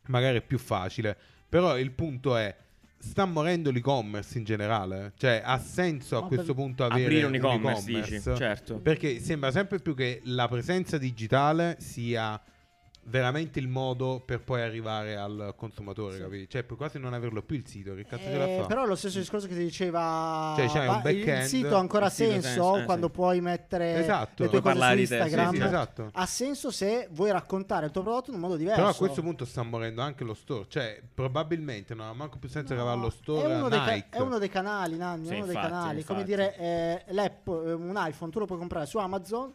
S1: magari è più facile. Però il punto è, sta morendo l'e-commerce in generale? Cioè ha senso a
S2: Ma
S1: questo
S2: per-
S1: punto avere
S3: Aprire un e-commerce, dici,
S1: e-commerce?
S3: certo.
S1: Perché sembra sempre più che la presenza digitale sia veramente il modo per poi arrivare al consumatore,
S2: Sì.
S1: capito? Cioè, per quasi non averlo più il sito, che cazzo ce
S2: Eh,
S1: la fa?
S2: Però è lo stesso discorso che ti diceva
S1: Cioè, c'hai un
S2: va- il
S1: back-end.
S2: sito ha ancora
S3: Il sito
S2: senso,
S3: senso, eh,
S2: quando
S3: sì.
S2: puoi mettere
S1: Esatto.
S2: le
S1: Puoi
S2: tue cose su
S3: parlare di te, sì,
S2: Instagram.
S1: sì, esatto.
S2: Ha senso se vuoi raccontare il tuo prodotto in un modo diverso.
S1: Però a questo punto sta morendo anche lo store, cioè probabilmente non ha manco più senso che va
S2: No,
S1: allo store
S2: è uno,
S1: a
S2: dei ca-
S1: Nike.
S2: è uno dei canali, Nanni,
S3: Sì,
S2: uno dei
S3: infatti,
S2: canali. Come
S3: infatti.
S2: dire, eh, l'app, eh, un iPhone, tu lo puoi comprare su Amazon,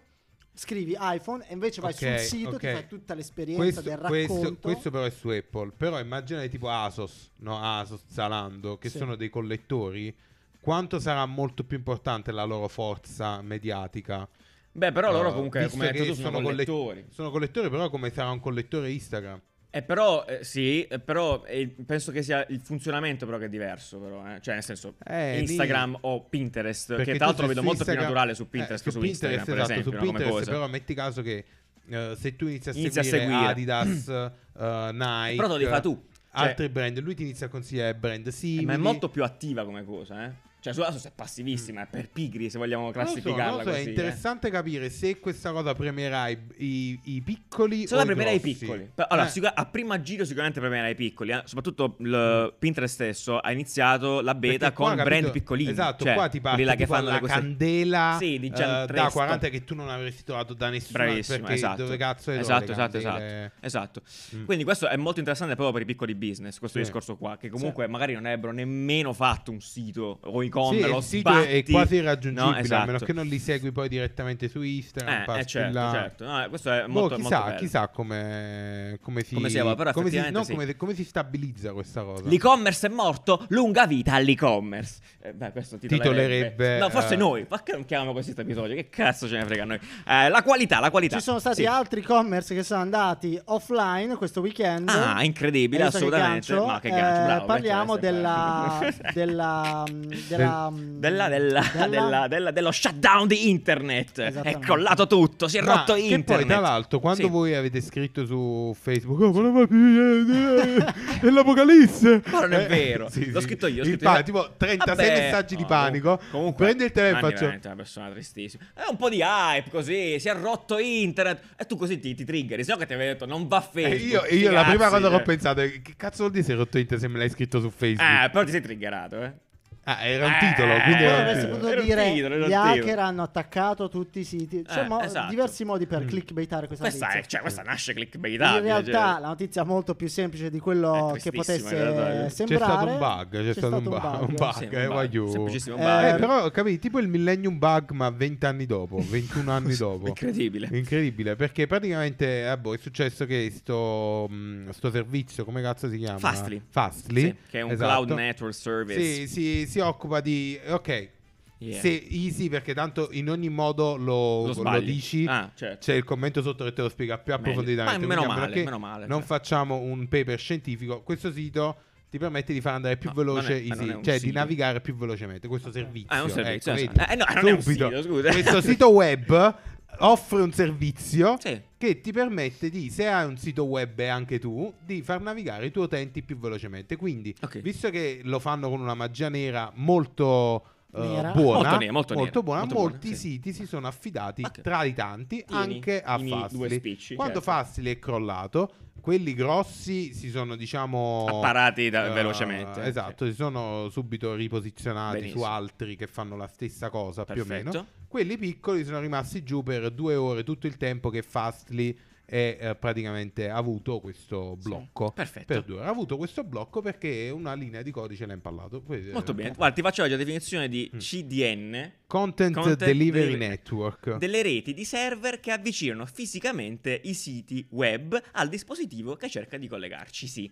S2: scrivi iPhone e invece vai
S1: Ok,
S2: sul sito, ti
S1: ok.
S2: fai tutta l'esperienza
S1: questo,
S2: del
S1: questo-
S2: racconto.
S1: questo però è su Apple. Però immaginate tipo Asos, no? Asos, Zalando, che
S2: Sì.
S1: sono dei collettori. Quanto sarà molto più importante la loro forza mediatica?
S3: Beh, però loro
S1: Eh,
S3: comunque,
S1: visto
S3: come hai detto
S1: che
S3: tu, sono,
S1: collett-
S3: collettori.
S1: sono collettori, però come sarà un collettore Instagram?
S3: Eh, però, eh, sì, eh, però eh, penso che sia il funzionamento però che è diverso, però, eh. Cioè, nel senso,
S1: Eh,
S3: Instagram o Pinterest, che
S1: Perché
S3: tra
S1: tu
S3: l'altro
S1: se
S3: vedo
S1: su
S3: molto
S1: Instagram-
S3: più naturale su
S1: eh,
S3: Pinterest che su,
S1: Pinterest,
S3: Instagram,
S1: esatto,
S3: per esempio,
S1: su
S3: no, come
S1: Pinterest,
S3: cosa.
S1: però metti caso che eh, se tu inizi a
S3: Inizi a
S1: seguire,
S3: seguire.
S1: Adidas, eh, Nike,
S3: Però te li fa tu. Cioè,
S1: altri brand, lui ti inizia a consigliare brand
S3: eh,
S1: simili.
S3: ma è molto più attiva come cosa, eh. Cioè, sulla Asus è passivissima, è per pigri, se vogliamo
S1: Mm. Non lo so,
S3: classificarla
S1: non lo so,
S3: così.
S1: è
S3: eh.
S1: interessante capire se questa cosa premerà i, i- i piccoli
S3: Solo
S1: o i
S3: premierà i
S1: grossi.
S3: piccoli. Però, Allora,
S1: Eh,
S3: sicura- a prima giro sicuramente premierà i piccoli. eh. Soprattutto il Pinterest stesso ha iniziato la beta
S1: Mm. perché qua,
S3: con brand
S1: capito,
S3: piccolini.
S1: Esatto,
S3: cioè,
S1: qua ti
S3: quelli
S1: parte
S3: là che
S1: tipo
S3: fanno
S1: la
S3: le cose-
S1: candela
S3: Sì, di
S1: eh, da
S3: Gianpresto.
S1: 40 che tu non avresti trovato da nessuno
S3: Bravissimo,
S1: perché
S3: esatto.
S1: dove cazzo le do
S3: esatto,
S1: le
S3: esatto,
S1: candele?
S3: esatto, esatto.
S1: Mm.
S3: Quindi questo è molto interessante proprio per i piccoli business, questo
S1: Sì.
S3: discorso qua, che comunque magari non avrebbero nemmeno fatto un sito o e-commerce,
S1: Sì,
S3: lo
S1: il sito è- è
S3: sbatti.
S1: quasi irraggiungibile,
S3: No, esatto.
S1: a meno che non li segui poi direttamente su Instagram.
S3: Eh, eh,
S1: passi
S3: certo,
S1: là.
S3: certo. No, questo è
S1: Boh,
S3: molto,
S1: chissà,
S3: molto bello.
S1: chissà come, come si
S3: Come si evolve, però
S1: come si,
S3: effettivamente
S1: no,
S3: sì.
S1: come, come si stabilizza questa cosa.
S3: L'e-commerce è morto, lunga vita all'e-commerce. Eh, beh, questo titolerebbe.
S1: Titolerebbe,
S3: No, forse
S1: eh.
S3: noi. Perché non chiamiamo questo episodio? Che cazzo ce ne frega a noi? Eh, la qualità, la qualità.
S2: Ci sono stati
S3: Sì.
S2: altri e-commerce che sono andati offline questo weekend.
S3: Ah, incredibile,
S2: Hai visto che
S3: assolutamente.
S2: gancio?
S3: Ma che gancio,
S2: Eh,
S3: bravo, cioè,
S2: Parliamo
S3: grazie,
S2: della,
S3: grazie.
S2: della, mm, della,
S3: Della, della, della- della- dello shutdown di internet. È
S2: Esattamente.
S3: collato tutto, si è
S1: Ma
S3: rotto
S1: che
S3: internet.
S1: poi, tra l'altro, quando
S3: Sì.
S1: voi avete scritto su Facebook, "Oh, ma la mafia, eh, eh, è l'apocalisse.
S3: Ma non è
S1: Eh,
S3: vero.
S1: sì,
S3: L'ho
S1: sì.
S3: scritto io. ho
S1: Il
S3: scritto
S1: pa-
S3: io.
S1: tipo 36
S3: Vabbè.
S1: messaggi di
S3: No,
S1: panico.
S3: comunque,
S1: prendo il telefono e
S3: Nanni è
S1: faccio.
S3: veramente una persona tristissima. È un po' di hype così. Si è rotto internet. E tu così ti, ti triggeri. Se no che ti avevi detto non va
S1: E
S3: Facebook.
S1: Eh, io,
S3: sti
S1: io la prima
S3: cazzi,
S1: cosa che ho
S3: cioè.
S1: pensato è che cazzo vuol dire se è rotto internet se me l'hai scritto su Facebook?
S3: Eh, però ti sei triggerato, eh.
S1: Ah, era un
S3: Eh,
S1: titolo, quindi era
S2: Poi
S1: un
S2: avresti
S1: titolo.
S2: potuto
S3: Era un
S2: dire
S3: titolo, era un
S2: gli
S3: titolo.
S2: hacker hanno attaccato tutti i siti. Cioè,
S3: Eh,
S2: mo-
S3: esatto.
S2: diversi modi
S1: Mm.
S2: per clickbaitare questa,
S3: Questa,
S2: notizia.
S3: è, cioè, questa nasce clickbaitabile.
S2: In realtà
S3: cioè.
S2: la notizia è molto più semplice di
S3: È
S2: quello che
S3: tristissima,
S2: potesse
S3: in realtà.
S2: eh,
S3: C'è
S1: C'è
S2: sembrare.
S1: stato un bug, c'è, stato, un bug, un bug,
S3: Sì, un
S1: eh,
S3: bug,
S1: waiu.
S3: semplicissimo
S1: eh,
S2: bug.
S1: però capì, tipo il Millennium Bug, ma 20 anni dopo, 21 anni dopo.
S3: Incredibile.
S1: Incredibile, perché praticamente eh, boh, è successo che sto, mh, sto servizio, come cazzo si chiama?
S3: Fastly.
S1: Fastly,
S3: Sì, che è un
S1: esatto.
S3: cloud network
S1: Sì,
S3: service.
S1: sì, si occupa di... Ok,
S3: Yeah.
S1: se easy perché tanto in ogni modo lo,
S3: Lo
S1: lo
S3: sbagli.
S1: dici
S3: Ah, certo.
S1: c'è il commento sotto che te lo spiega più
S3: Meglio.
S1: approfonditamente
S3: Ma meno
S1: quindi a meno
S3: male,
S1: che
S3: meno male,
S1: non
S3: cioè.
S1: facciamo un paper scientifico questo sito ti permette di far andare più
S3: No,
S1: veloce
S3: non è- eh, non
S1: easy,
S3: è un
S1: cioè di
S3: sito.
S1: navigare più velocemente questo servizio
S3: Ah, è un servizio,
S1: ecco,
S3: esatto.
S1: vedi?
S3: Eh, no, non è un
S1: Subito.
S3: sito, scusa.
S1: questo sito web offre un servizio
S3: Sì.
S1: che ti permette di, se hai un sito web e anche tu, di far navigare i tuoi utenti più velocemente. Quindi,
S3: Ok.
S1: visto che lo fanno con una magia nera molto eh,
S2: Nera.
S1: buona,
S3: Molto nera, molto nera,
S1: buona,
S3: molto buona,
S1: molti
S3: sì.
S1: siti si sono affidati
S3: Ok.
S1: tra i tanti
S3: Tieni
S1: anche a
S3: i miei
S1: Fastly.
S3: due spicci,
S1: Quando
S3: certo.
S1: Fastly è crollato, quelli grossi si sono, diciamo,
S3: Apparati da-
S1: eh,
S3: velocemente.
S1: Esatto, si sono subito riposizionati
S3: Benissimo.
S1: su altri che fanno la stessa cosa più o
S3: Perfetto.
S1: meno. Quelli piccoli sono rimasti giù per due ore tutto il tempo che Fastly è eh, praticamente ha avuto questo blocco.
S3: perfetto.
S1: Oh, Per due ore. Ha avuto questo blocco perché una linea di codice l'ha impallato. Que-
S3: Molto
S1: eh,
S3: bene. Guarda, ti faccio oggi la definizione di
S1: Mm.
S3: CDN.
S1: Content,
S3: Content
S1: Delivery,
S3: Delivery
S1: Network.
S3: Delle reti di server che avvicinano fisicamente i siti web al dispositivo che cerca di collegarci, sì.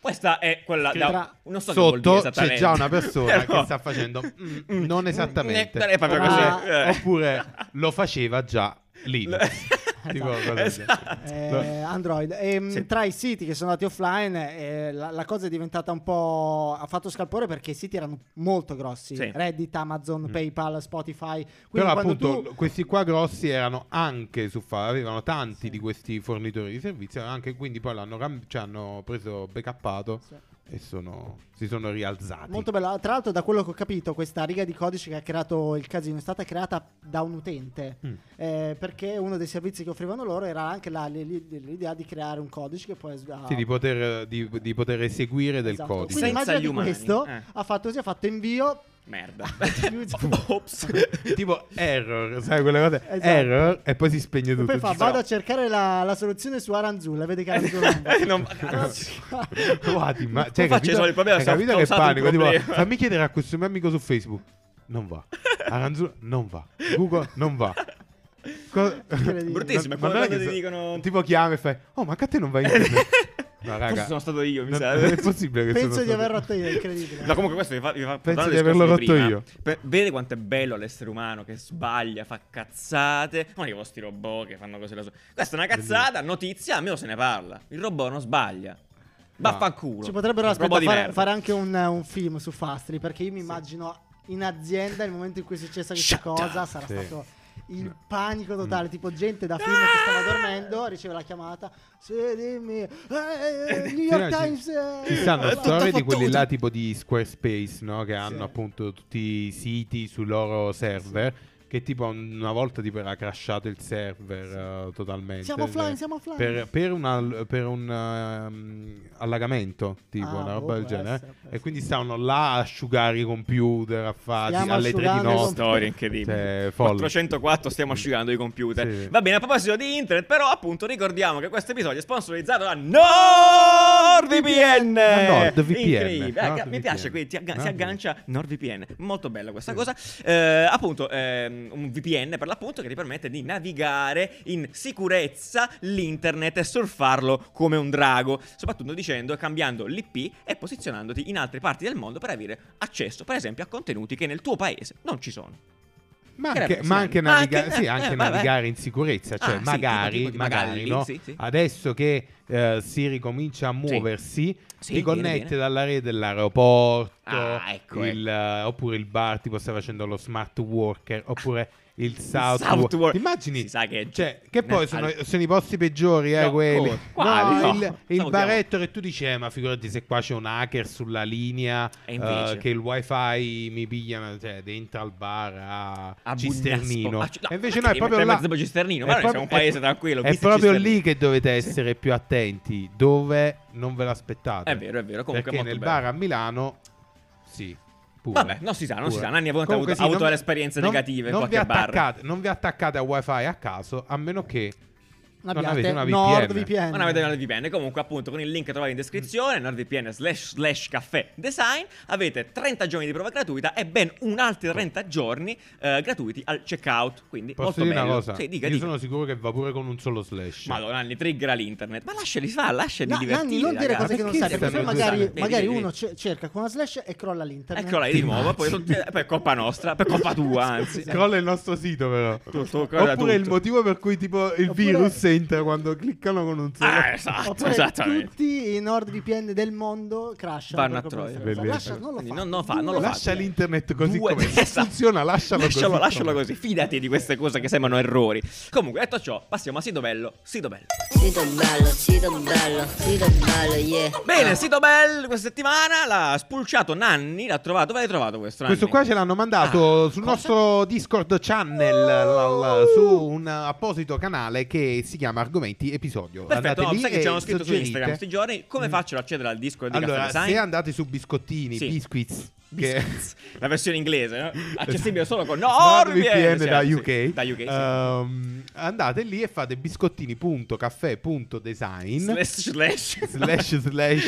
S3: Questa è quella
S2: Che
S3: da-
S2: tra-
S3: non so che vuol dire
S1: Sotto c'è
S3: esattamente.
S1: già una persona
S3: Però-
S1: che sta facendo "Mm,
S3: Mm,
S1: non
S3: mm,
S1: esattamente.
S3: ne- È proprio
S2: Ma-
S3: così.
S1: Oppure,
S3: eh.
S1: oppure lo faceva già Linux. Tipo cose del genere.
S3: Esatto.
S2: Eh, Android. Ehm,
S3: Sì.
S2: Tra i siti che sono andati offline, eh, la, la cosa è diventata un po'. ha fatto scalpore perché i siti erano molto grossi:
S3: Sì.
S2: Reddit, Amazon,
S1: Mm.
S2: PayPal, Spotify.
S1: Però
S2: Quindi quando
S1: appunto
S2: tu-
S1: questi qua grossi erano anche su Fa, avevano tanti di questi fornitori di servizio, anche quindi poi l'hanno cam- cioè hanno preso backupato
S2: Sì.
S1: e sono, si sono rialzati.
S2: Molto bella. Tra l'altro, da quello che ho capito, questa riga di codice che ha creato il casino è stata creata da un utente.
S1: Mm.
S2: eh, perché uno dei servizi che offrivano loro era anche la- l- l- l'idea di creare un codice che poi. ha-
S1: Sì, di poter, di, di poter eseguire del
S2: Ah. Esatto.
S1: codice.
S2: Quindi
S3: Senza gli
S2: immaginati
S3: umani,
S2: questo
S3: eh.
S2: ha fatto così, ha fatto invio.
S3: Merda. Ops.
S1: Ops. tipo error, sai quelle cose?
S2: Esatto.
S1: Error e poi si spegne
S2: E
S1: tutto.
S2: poi fa,
S1: Ci
S2: vado a cercare la, la soluzione su Aranzulla, vede che
S1: Eh.
S2: Aranzulla non va.
S3: Non-
S1: Guarda, ma cioè,
S3: Come faccio a
S1: capito,
S3: risolvere il problema?
S1: hai
S3: Se ho
S1: capito che
S3: causato un
S1: panico? Tipo,
S3: problema.
S1: fammi chiedere a questo mio amico su Facebook. Non va. Aranzulla non va. Google non va. Co-
S2: Incredibile.
S3: Bruttissimo, è come
S1: non è
S3: quando
S1: che
S3: ti
S1: so-
S3: dicono-
S1: Tipo chiami e fai Oh ma che a te non va internet No
S3: Forse
S1: raga
S3: sono stato io, mi
S1: non,
S3: sa.
S1: non è possibile che
S2: Penso
S1: sono
S2: di
S1: stato-
S2: aver rotto io, è incredibile.
S3: No, comunque questo vi fa, vi fa
S1: Penso
S3: tornare al
S1: di
S3: discorso
S1: averlo rotto
S3: prima.
S1: io.
S3: Per- vedete quanto è bello l'essere umano che sbaglia, fa cazzate. Non che vostri robot che fanno cose da soli. Questa è una cazzata, notizia, almeno se ne parla. Il robot non sbaglia. Vaffanculo.
S2: Ci potrebbero
S3: Un robot
S2: aspetta,
S3: di
S2: fare,
S3: merda.
S2: fare anche un, un film su Fastri, perché io mi immagino in azienda il momento in cui è successa questa
S3: Shut
S2: cosa
S3: up.
S2: sarà
S1: Sì.
S2: stato il
S1: No. Mm.
S2: panico totale, tipo gente da film che stava
S3: Ah!
S2: dormendo riceve la chiamata, sì dimmi, eh, eh, New York
S1: Sì, no, ci-
S2: Times... eh,
S1: Ci stanno
S2: eh,
S1: storie di
S5: fottuta.
S1: quelli là tipo di Squarespace, no? Che hanno appunto tutti i siti sul loro server. Che tipo una volta tipo era crashato il server eh, totalmente.
S2: Siamo offline,
S1: Eh,
S2: siamo offline.
S1: Per, per un, al- per un ehm, allagamento, tipo
S2: Ah,
S1: una
S2: boh,
S1: roba del
S2: può
S1: genere. eh.
S2: essere, può
S1: e
S2: essere.
S1: quindi stavano là a asciugare i computer, a fare
S2: Stiamo
S1: alle 3 di
S2: asciugando i
S1: notte.
S2: computer.
S3: Storia incredibile.
S1: Cioè, folle.
S3: 404 stiamo asciugando i computer.
S1: Sì.
S3: Va bene, a proposito di internet, però appunto ricordiamo che questo episodio è sponsorizzato da NordVPN.
S1: Da NordVPN.
S3: Eh, Incredibile. Eh,
S1: NordVPN.
S3: Mi piace, qui ti agga- si
S1: NordVPN.
S3: aggancia NordVPN. Molto bella questa cosa. Eh, appunto, ehm, un VPN per l'appunto che ti permette di navigare in sicurezza l'internet e surfarlo come un drago. Soprattutto dicendo, cambiando l'IP e posizionandoti in altre parti del mondo per avere accesso, per esempio, a contenuti che nel tuo paese non ci sono.
S1: Ma
S3: Che
S1: anche,
S3: era-
S1: ma anche
S3: sì,
S1: naviga-
S3: anche-
S1: sì,
S3: eh,
S1: anche
S3: eh, vabbè.
S1: navigare in sicurezza,
S3: Ah,
S1: cioè
S3: sì,
S1: magari,
S3: tipo- tipo di
S1: magari,
S3: magari,
S1: no?
S3: sì, sì.
S1: adesso che eh, si ricomincia a muoversi,
S3: Sì,
S1: ti
S3: viene,
S1: connette
S3: viene.
S1: dalla rete dell'aeroporto,
S3: Ah, ecco,
S1: il, eh, oppure il bar, tipo stai facendo lo smart worker, oppure il
S3: South
S1: south,
S3: World.
S1: work. Immagini,
S3: Si sa che,
S1: cioè, che poi
S3: nel-
S1: sono,
S3: al-
S1: sono i posti peggiori, eh,
S3: No,
S1: quelli.
S3: come? Quali? No.
S1: il-
S3: Salutiamo.
S1: il, baretto che tu dici, eh, ma figurati se qua c'è un hacker sulla linea,
S3: E invece?
S1: eh, che il wifi mi pigliano, cioè, dentro al bar a,
S3: A
S1: Cisternino.
S3: Bugnasco. Ah, ci- no,
S1: e invece
S3: perché
S1: no, è proprio
S3: devi
S1: là.
S3: mettere mezzo Cisternino? Ma
S1: è
S3: noi siamo un paese
S1: è-
S3: tranquillo,
S1: È
S3: visto
S1: proprio
S3: Cisternino.
S1: lì che dovete essere più attenti, dove non ve l'aspettate.
S3: È vero, è vero, comunque è
S1: Perché
S3: molto
S1: nel
S3: bello.
S1: bar a Milano, sì. pure.
S3: Vabbè, non si sa, non si
S1: Pure.
S3: sa. Nanni ha avuto-
S1: Comunque
S3: ha
S1: sì,
S3: avuto
S1: non-
S3: delle esperienze
S1: non-
S3: negative in
S1: non vi
S3: qualche bar.
S1: attaccate- Non vi attaccate a wifi a caso, a meno che
S2: Non
S1: Non
S2: abbiate
S1: avete una
S2: Nord
S1: VPN.
S2: VPN.
S3: Ma non avete NordVPN. Comunque, appunto, con il link che trovate in descrizione, NordVPN slash slash caffè design, avete 30 giorni di prova gratuita e ben un altri 30 giorni eh, gratuiti al checkout. Quindi,
S1: Posso
S3: molto
S1: dire
S3: bello.
S1: una cosa?
S3: Sì, dica,
S1: Io
S3: dica.
S1: sono sicuro che va pure con un solo slash.
S3: Madonna, Nanni, triggera l'internet. Ma lasciali fare, lasciali
S2: No,
S3: divertire.
S2: Nanni, non dire
S3: ragazzi.
S2: cose che non
S1: Perché
S2: sai, perché
S1: stanno
S2: sennò
S1: due
S2: magari,
S3: Vedi,
S2: magari
S3: vedi,
S2: uno
S3: vedi.
S2: ce- cerca con una slash e crolla l'internet.
S3: Eccola lì di nuovo, poi tutti- eh, poi è colpa nostra, poi è colpa tua, anzi.
S1: Crolla il nostro sito, però.
S3: Tutto, crolla
S1: Oppure il
S3: tutto.
S1: motivo per cui tipo il
S2: Oppure-
S1: virus entra quando cliccano con un solo.
S3: Ah, esatto,
S2: Oppure
S3: esattamente.
S2: tutti i Nord VPN del mondo crashano.
S3: Vanno
S2: per
S3: a
S2: colpa di questa
S3: Troia.
S2: cosa.
S1: Bellissimo.
S2: Lascia, non lo
S3: Quindi
S2: fa.
S3: non- non fa, non lo fa.
S1: Lascia l'internet così
S3: Due-
S1: come Se
S3: esatto.
S1: funziona, lascialo,
S3: lascialo,
S1: così.
S3: lascialo
S1: com'è.
S3: così. Fidati di queste cose che sembrano errori. Comunque, detto ciò, passiamo a Sito Bello. Sito Bello.
S6: Sito bello, sito bello, sito bello, yeah.
S3: Bene, Sito Bello questa settimana l'ha spulciato Nanni. L'ha trovato. Dove l'hai trovato questo? Nanni?
S1: Questo qua ce l'hanno mandato
S3: Ah,
S1: sul
S3: cosa? Oh!
S1: nostro Discord channel l- l- su un apposito canale che si chiama Argomenti Episodio.
S3: Perfetto,
S1: Andate
S3: no,
S1: lì
S3: sai che ci
S1: e
S3: hanno scritto su
S1: suggerite.
S3: Instagram questi giorni come
S1: Mm.
S3: faccio ad accedere al Discord di
S1: Allora,
S3: Caffè
S1: se
S3: Design?
S1: andate su biscottini,
S3: Sì.
S1: biscuits, che
S3: Biscuits. La versione inglese, no? accessibile solo con
S1: NordVPN
S3: NordVPN,
S1: da
S3: sì,
S1: UK,
S3: certo, sì, da UK, sì.
S1: Ehm, andate lì e fate biscottini.caffè.design
S3: slash
S1: slash
S3: slash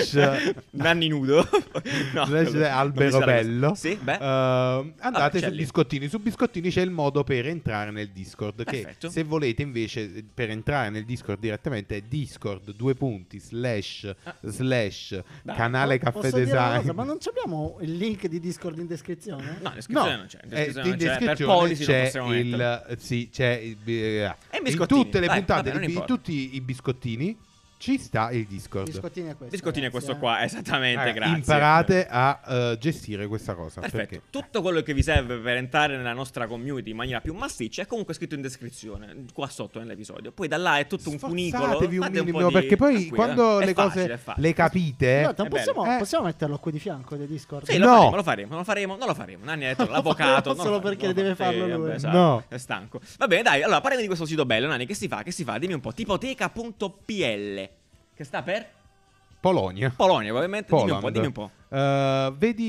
S1: slash
S3: Nanni nudo No,
S1: slash
S3: non mi
S1: albero
S3: sale questo.
S1: bello
S3: Sì, beh
S1: Ehm, andate
S3: Vabbè, c'è
S1: su
S3: lì.
S1: biscottini su biscottini c'è il modo per entrare nel discord
S3: Perfetto.
S1: che se volete invece per entrare nel discord direttamente è discord due punti slash slash
S3: Ah. Dai,
S1: canale
S2: Po-
S1: caffè
S2: posso dire una
S1: design
S2: cosa? ma non abbiamo il link di Discord in descrizione?
S3: No, in descrizione non c'è. In
S1: eh,
S3: descrizione non
S1: in
S3: c'è. Per
S1: descrizione
S3: policy non
S1: c'è
S3: possiamo metterlo.
S1: il, sì, c'è il, eh,
S3: E i
S1: in
S3: biscottini.
S1: tutte le
S3: Dai,
S1: puntate
S3: vabbè, non
S1: di- di,
S3: importa.
S1: tutti i biscottini ci sta il discord,
S2: Biscottini è questo.
S3: Biscottini è
S2: ragazzi,
S3: questo
S2: eh.
S3: qua, esattamente,
S1: Raga,
S3: grazie.
S1: imparate a eh, gestire questa cosa
S3: Perfetto,
S1: perché
S3: tutto quello che vi serve per entrare nella nostra community in maniera più massiccia è comunque scritto in descrizione, qua sotto nell'episodio. Poi da là è tutto un cunicolo.
S1: Sforzatevi un
S3: Fate po'
S1: minimo
S3: di-
S1: perché poi
S3: tranquillo,
S1: quando
S3: è
S1: le
S3: facile,
S1: cose
S3: è facile.
S1: le capite
S2: Guarda,
S3: È
S2: possiamo,
S1: bello. Eh.
S2: possiamo metterlo qui di fianco del Discord?
S3: Sì, lo
S1: No.
S3: faremo, lo faremo, lo faremo, non lo faremo. Nanni ha detto
S2: Lo faremo
S3: l'avvocato. non lo
S2: solo
S3: faremo,
S2: perché
S3: non lo
S2: deve
S3: faremo.
S2: farlo
S3: Sì,
S2: lui.
S3: vabbè, esatto,
S1: No.
S3: È stanco. Va bene, dai, allora parliamo di questo sito bello, Nanni, che si fa? Che si fa? Dimmi un po', tipoteca.pl, che sta per
S1: Polonia
S3: Polonia, ovviamente. Dimmi un po',
S1: Poland.
S3: dimmi un po'.
S1: Eh, vedi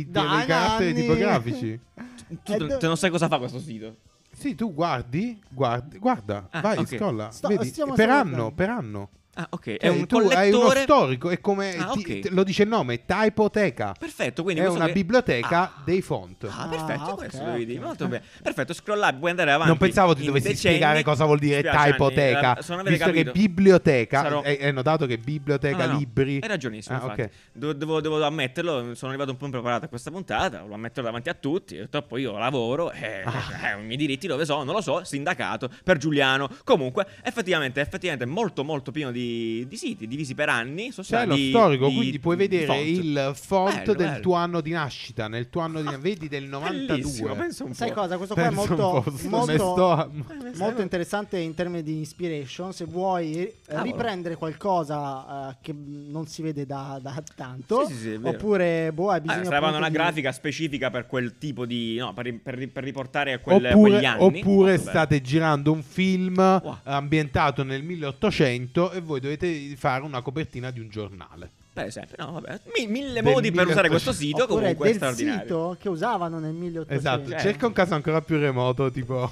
S1: i-
S2: Dai,
S1: delle carte
S2: Nanni.
S1: tipografici? Eh,
S3: Tu te- te non sai cosa fa questo sito.
S1: Sì, tu guardi, guardi guarda,
S3: Ah,
S1: vai,
S3: ok.
S1: scrolla.
S2: Sto-
S1: vedi,
S2: stiamo
S1: per
S2: salutando.
S1: anno, per anno.
S3: Ah, ok. è
S1: Cioè,
S3: un
S1: tu hai uno
S3: collettore.
S1: storico, è come
S3: Ah,
S1: ti-
S3: ok.
S1: te- lo dice il nome, Typoteca.
S3: Perfetto, quindi
S1: è
S3: questo
S1: una
S3: che-
S1: biblioteca
S3: Ah.
S1: dei font.
S3: Ah,
S2: Ah,
S3: perfetto,
S2: ok,
S3: questo dovevi
S2: ok.
S3: dire. Molto bene. Perfetto, scrollare, puoi andare avanti.
S1: non pensavo ti
S3: in
S1: dovessi
S3: decenni.
S1: spiegare cosa vuol dire
S3: Spiace, Anni,
S1: typoteca.
S3: eh, se non avete
S1: Visto che
S3: capito.
S1: biblioteca, eh,
S3: Sarò-
S1: hai, hai notato che
S3: No, no,
S1: biblioteca,
S3: no,
S1: libri.
S3: Hai ragionissimo,
S1: Ah,
S3: infatti.
S1: ok.
S3: Do- devo, devo ammetterlo, sono arrivato un po' impreparato a questa puntata, lo ammetto davanti a tutti, purtroppo io lavoro, eh,
S1: Ah.
S3: eh, i miei diritti dove sono, non lo so, sindacato, per Giuliano. Comunque, effettivamente, effettivamente molto molto pieno di di, di siti divisi per anni. sono
S1: C'è
S3: stati
S1: lo
S3: di-
S1: storico,
S3: di-
S1: quindi puoi
S3: di
S1: vedere
S3: font.
S1: il font
S3: Bello,
S1: del
S3: bello. Ah,
S1: tuo anno di nascita, nel tuo anno di vedi del 92.
S3: Bellissimo, pensa un
S2: Sai
S3: po'.
S2: cosa? Questo qua è
S1: Pensa un
S2: molto,
S1: po', sto
S2: molto,
S1: mesto-
S3: Eh,
S2: molto interessante in termini di inspiration. Se vuoi eh,
S3: Ah, Cavolo.
S2: riprendere qualcosa eh, che non si vede da, da tanto,
S3: Sì, sì, sì, è vero.
S2: oppure boh, hai bisogno
S3: Ah, sarebbe
S2: appunto
S3: una
S2: di-
S3: grafica specifica per quel tipo di. No, per, per- per riportare a quel, quegli
S1: oppure,
S3: anni.
S1: oppure
S3: Molto bello.
S1: state girando un film
S3: Wow.
S1: ambientato nel 1800 e voi dovete fare una copertina di un giornale.
S3: Per esempio, no, vabbè. Mi- mille
S1: Del
S3: modi per
S1: 1800.
S3: usare questo sito.
S2: Oppure
S3: Comunque è
S2: del
S3: straordinario.
S2: sito che usavano nel 1800
S1: Esatto,
S3: Cioè-
S1: cerca un caso ancora più remoto, tipo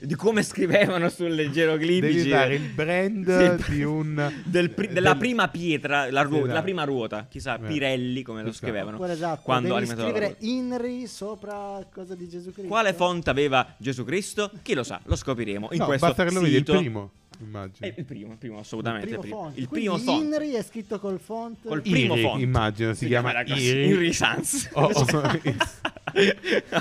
S3: Di come scrivevano sulle geroglifici.
S1: devi fare il brand
S3: eh. Sì,
S1: di un eh,
S3: del pri- della
S1: del-
S3: prima pietra, la, ruo-
S1: Esatto.
S3: la prima ruota. Chissà,
S1: Eh.
S3: Pirelli come lo
S1: Chissà.
S3: scrivevano.
S2: Oppure esatto,
S3: Quando
S2: devi
S3: alimentavano la
S2: scrivere
S3: ruota.
S2: Inri sopra cosa di Gesù Cristo.
S3: Quale font aveva Gesù Cristo? Chi lo sa, lo scopriremo in
S1: No,
S3: questo
S1: basta che lo
S3: sito.
S1: vedi il primo, immagino.
S3: Eh, il primo, il primo, assolutamente.
S2: primo font.
S3: Il
S2: Quindi
S3: primo font.
S2: Inri è scritto col font.
S3: Col primo
S1: Iri,
S3: font.
S1: immagino, si, chiama,
S3: chiamerà così.
S1: Iri.
S3: Iri Sans.
S1: Oh, oh.
S3: Cioè,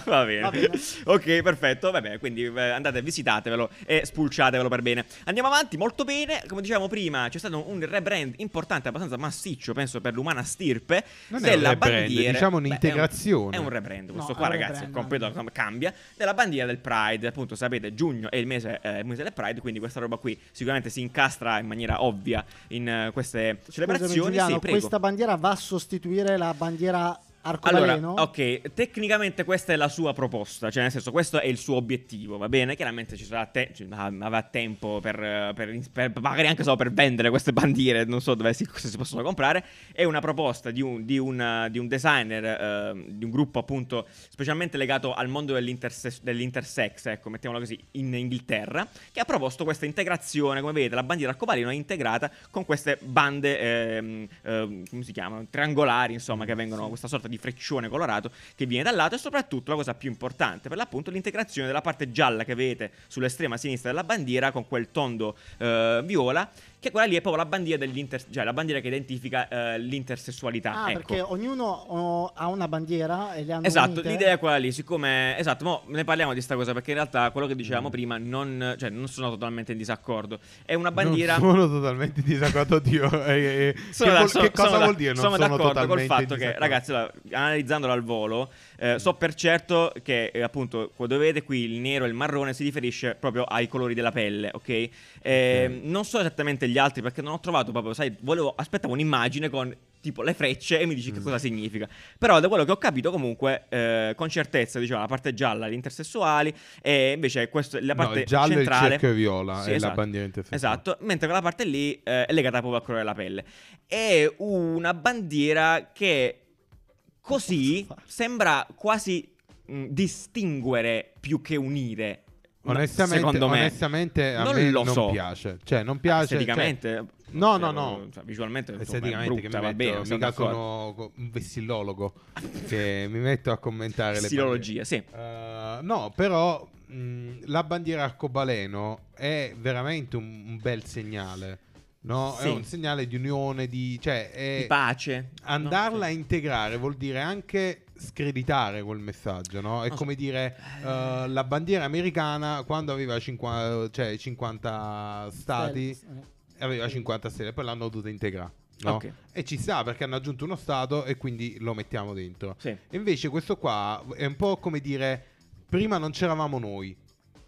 S3: Va bene.
S2: Va bene.
S3: Ok, perfetto. Vabbè, quindi eh, andate, visitatevelo e spulciatevelo per bene. Andiamo avanti, molto bene. Come dicevamo prima, c'è stato un rebrand importante, abbastanza massiccio, penso, per l'umana stirpe.
S1: Non è un
S3: della
S1: rebrand,
S3: bandiera.
S1: diciamo
S3: Beh, è un-
S1: un'integrazione.
S3: È un, rebrand, questo
S2: No,
S3: qua,
S2: è un
S3: ragazzi, è
S2: rebrand.
S3: completo com- cambia. Della bandiera del Pride. Appunto, sapete, giugno è il mese, eh, il mese del Pride, quindi questa roba qui sicuramente si incastra in maniera ovvia in eh, queste celebrazioni.
S2: Scusami, Cioè, Giuliano,
S3: sì, prego.
S2: questa bandiera va a sostituire la bandiera
S3: Allora,
S2: arcobaleno?
S3: ok, tecnicamente questa è la sua proposta, cioè nel senso questo è il suo obiettivo, va bene? Chiaramente ci sarà te- ci- ma- ma avrà tempo per, eh, per- per- magari anche solo per vendere queste bandiere, non so dove si, se si possono comprare, è una proposta di un, di un- di un designer, eh, di un gruppo appunto specialmente legato al mondo dell'interse- dell'intersex, ecco, mettiamolo così, in Inghilterra, che ha proposto questa integrazione, come vedete la bandiera arcobaleno è integrata con queste bande, ehm, ehm, come si chiamano, triangolari, insomma,
S2: Mm,
S3: che vengono, questa sorta di freccione colorato che viene dal lato e soprattutto la cosa più importante, per l'appunto l'integrazione della parte gialla che vedete sull'estrema sinistra della bandiera con quel tondo eh, viola, che quella lì è proprio la bandiera, dell'inter- cioè la bandiera che identifica eh, l'intersessualità.
S2: Ah,
S3: ecco.
S2: perché ognuno oh, ha una bandiera e le hanno
S3: Esatto,
S2: unite?
S3: l'idea è quella lì, siccome esatto, mo ne parliamo di sta cosa perché in realtà quello che dicevamo prima non, cioè, non sono totalmente in disaccordo. È una bandiera
S1: Non sono totalmente in disaccordo, Dio. eh, eh.
S3: Sono
S1: che,
S3: da-
S1: vol-
S3: sono-
S1: che cosa
S3: sono da-
S1: vuol dire? Non
S3: sono
S1: sono,
S3: d'accordo col
S1: totalmente in
S3: fatto che,
S1: disaccordo?
S3: ragazzi, allora, analizzandolo al volo, eh, so per certo che, eh, appunto, qua dove vedete qui il nero e il marrone si riferisce proprio ai colori della pelle, ok? Eh, Non so esattamente gli altri perché non ho trovato proprio, sai, volevo, aspettavo un'immagine con tipo le frecce e mi dici che
S1: Mm.
S3: cosa significa. Però da quello che ho capito comunque, eh, con certezza, diciamo, la parte gialla, gli intersessuali, e invece questo- la
S1: No,
S3: parte
S1: il giallo e il
S3: centrale...
S1: cerchio e viola è la bandiera intersessuale.
S3: Esatto, esatto, mentre quella parte lì eh, è legata proprio al colore della pelle. È una bandiera che così sembra quasi mh, distinguere più che unire. Ma
S1: Onestamente,
S3: secondo me,
S1: onestamente a
S3: non
S1: me
S3: lo
S1: non
S3: so.
S1: piace. Cioè, non piace. cioè-
S3: Esteticamente,
S1: No, no, no.
S3: cioè, visualmente, insomma, è
S1: Esteticamente che
S3: brutta,
S1: mi
S3: va
S1: metto,
S3: bene, sono
S1: mica
S3: d'accordo.
S1: sono co- un vessilologo che mi metto a commentare le
S3: Stilologia, sì.
S1: bandiere. Eh, no, però mh, la bandiera arcobaleno è veramente un, un bel segnale. No?
S3: Sì.
S1: È un segnale di unione, di, cioè, è-
S3: Di pace.
S1: Andarla
S3: No,
S1: a
S3: sì.
S1: integrare vuol dire anche screditare quel messaggio, no? È
S3: No,
S1: come dire eh, la bandiera americana quando aveva 50, cioè 50
S2: Eh,
S1: stati, aveva 50 stelle, poi l'hanno dovuta integrare. no?
S3: Ok.
S1: E ci sta perché hanno aggiunto uno stato e quindi lo mettiamo dentro.
S3: Sì.
S1: E invece questo qua è un po' come dire prima non c'eravamo noi.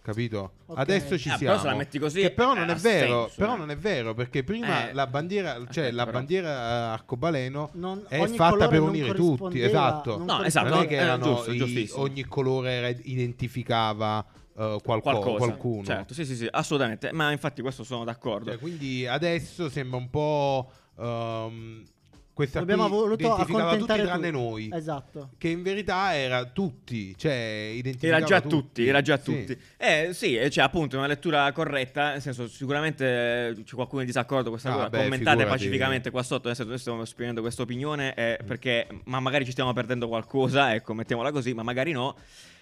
S1: Capito?
S2: Ok.
S1: Adesso ci
S3: Ah, però
S1: siamo.
S3: se la metti così,
S1: Che però
S3: eh,
S1: non è
S3: ha
S1: vero,
S3: senso,
S1: però
S3: eh.
S1: non è vero perché prima
S3: Eh,
S1: la bandiera, cioè
S3: aspetta,
S1: la
S3: però.
S1: bandiera arcobaleno
S2: Non-
S1: è
S2: ogni
S1: fatta
S2: colore
S1: per
S2: non
S1: unire tutti,
S2: corrispondeva-
S1: esatto.
S2: non
S3: No, esatto,
S1: Non è
S2: corrispondeva-
S1: che
S3: eh,
S1: erano
S3: giusto,
S1: i-
S3: giustissimo.
S1: ogni colore re- identificava eh, qualco-
S3: Qualcosa.
S1: qualcuno.
S3: Certo, sì, sì, sì, assolutamente. Ma infatti questo sono d'accordo.
S1: Cioè, quindi adesso sembra un po'... ehm, questa
S2: Abbiamo
S1: qui
S2: voluto
S1: identificava tutti
S2: accontentare
S1: tranne
S2: tutti.
S1: noi.
S2: Esatto.
S1: Che in verità era tutti, cioè identificava
S3: Era già tutti,
S1: tutti,
S3: era già
S1: Sì.
S3: tutti. Eh sì, eh, cioè appunto una lettura corretta, nel senso sicuramente eh, c'è qualcuno in disaccordo questa
S1: Ah,
S3: cosa,
S1: beh,
S3: commentate
S1: figurati. Mm.
S3: pacificamente qua sotto, nel senso noi stiamo esprimendo questa opinione eh, perché ma magari ci stiamo perdendo qualcosa, ecco, mettiamola così, ma magari no.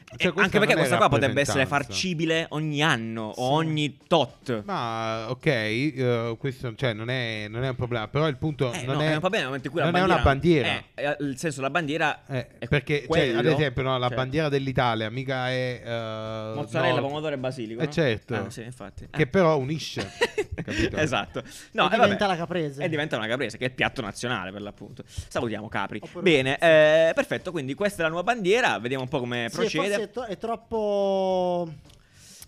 S1: Cioè,
S3: Eh,
S1: questa
S3: anche perché
S1: non è
S3: questa qua potrebbe essere
S1: rappresentanza.
S3: farcibile ogni anno o ogni tot.
S1: Ma ok, eh, questo cioè, non, è, non è un problema, però il punto
S3: Eh,
S1: non,
S3: no,
S1: è,
S3: un problema nel momento in cui la
S1: non è una bandiera.
S3: eh, eh, il senso la bandiera
S1: Eh,
S3: è
S1: perché cioè,
S3: quello,
S1: ad esempio no, la
S3: cioè,
S1: bandiera dell'Italia mica è eh,
S3: mozzarella,
S1: no,
S3: pomodoro e basilico.
S1: eh,
S3: no?
S1: certo.
S3: Ah, sì, infatti.
S1: che
S3: Eh.
S1: però unisce Capito?
S3: esatto. No,
S2: E
S3: e
S2: diventa
S3: vabbè.
S2: la caprese.
S3: E diventa una caprese, che è il piatto nazionale per l'appunto. Salutiamo Capri.
S2: Oppure-
S3: Bene, eh, perfetto. Quindi questa è la nuova bandiera. Vediamo un po' come
S2: Sì,
S3: procede.
S2: forse è, to- è troppo...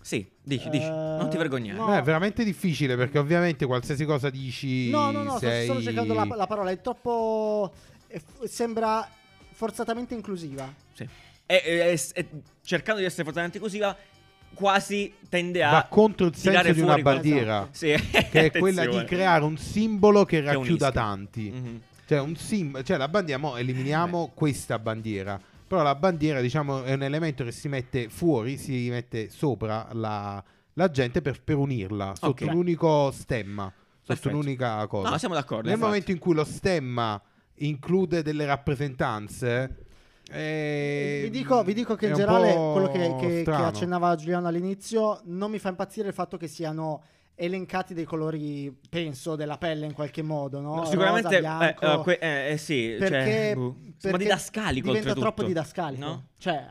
S3: Sì, dici, dici.
S2: Eh,
S3: non ti vergognare.
S2: no.
S1: No, è veramente difficile perché ovviamente qualsiasi cosa dici...
S2: No, no, no, sto-
S1: sei...
S2: sto cercando la, la parola, è troppo... è- sembra forzatamente inclusiva.
S3: Sì. E, e- e- e cercando di essere fortemente inclusiva, quasi tende a.
S1: Va contro il
S3: tirare
S1: senso di una
S3: fuori quel-
S1: bandiera.
S3: Sì,
S1: Che è quella di
S3: attenzione.
S1: creare un simbolo che
S3: Che
S1: racchiuda
S3: unisca.
S1: tanti.
S3: Mhm.
S1: Cioè, un sim- cioè, la bandiera, mo eliminiamo questa bandiera. Però la bandiera, diciamo, è un elemento che si mette fuori, si mette sopra la, la gente per, per unirla sotto
S3: Ok.
S1: un unico stemma, sotto
S3: Perfetto.
S1: un'nica cosa.
S3: No, siamo d'accordo.
S1: Nel
S3: infatti.
S1: momento in cui lo stemma include delle rappresentanze. eh,
S2: Vi dico, vi dico che
S1: è
S2: in
S1: un
S2: generale
S1: po'
S2: quello che, che- che
S1: strano.
S2: accennava Giuliano all'inizio non mi fa impazzire il fatto che siano elencati dei colori, penso, della pelle in qualche modo, no?
S3: No,
S2: Rosa,
S3: sicuramente
S2: bianco.
S3: eh, eh, que- eh, eh, sì,
S2: perché,
S3: cioè, boh.
S2: perché
S3: Sembra didascalico
S2: diventa
S3: oltretutto.
S2: troppo didascalico.
S3: No?
S2: Cioè,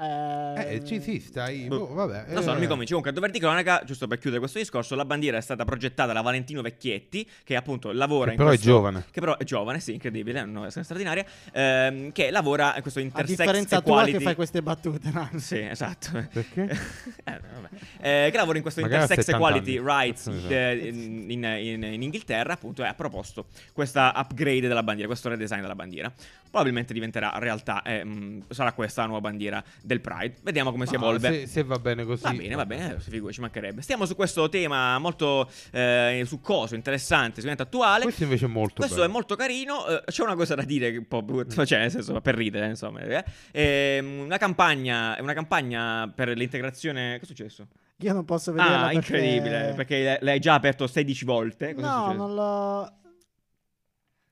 S2: eh,
S1: Eh, ci si, stai.
S3: Boh.
S1: boh, vabbè,
S3: Non so, non
S1: eh.
S3: mi convinci. Comunque, a dover di cronaca, giusto per chiudere questo discorso, la bandiera è stata progettata da Valentino Vecchietti, che appunto lavora
S1: Che
S3: in
S1: però è
S3: questo-
S1: giovane.
S3: Che però è giovane, sì, incredibile, è una persona straordinaria, ehm, che lavora in questo
S2: a
S3: intersex
S2: differenza tua
S3: equality.
S2: che fai queste battute, no?
S3: Sì, esatto.
S1: Perché?
S3: Eh, vabbè. Eh, che lavora in questo
S1: Magari ha
S3: intersex
S1: 70
S3: equality
S1: anni. Esatto.
S3: rights
S1: Sì, sì.
S3: eh, in, in- in- in Inghilterra, appunto, e ha proposto questa upgrade della bandiera, questo redesign della bandiera. Probabilmente diventerà realtà, eh, mh, sarà questa la nuova bandiera del Pride. Vediamo come si
S1: Ma
S3: evolve.
S1: Ah, Se, se va bene così.
S3: Va bene, va bene, eh, si figura, ci mancherebbe. Stiamo su questo tema molto eh, succoso, interessante, sicuramente attuale.
S1: Questo invece è molto
S3: Questo
S1: bello.
S3: è molto carino. eh, c'è una cosa da dire, che è un po'
S2: Mm.
S3: brutta, cioè, nel senso, per ridere, insomma. eh. Ehm, una, campagna, è una campagna per l'integrazione. Cosa è successo?
S2: Io non posso vederla
S3: Ah,
S2: perché-
S3: incredibile, perché l'hai- l'hai già aperto 16 volte. Cosa è
S2: No,
S3: successo?
S2: non l'ho...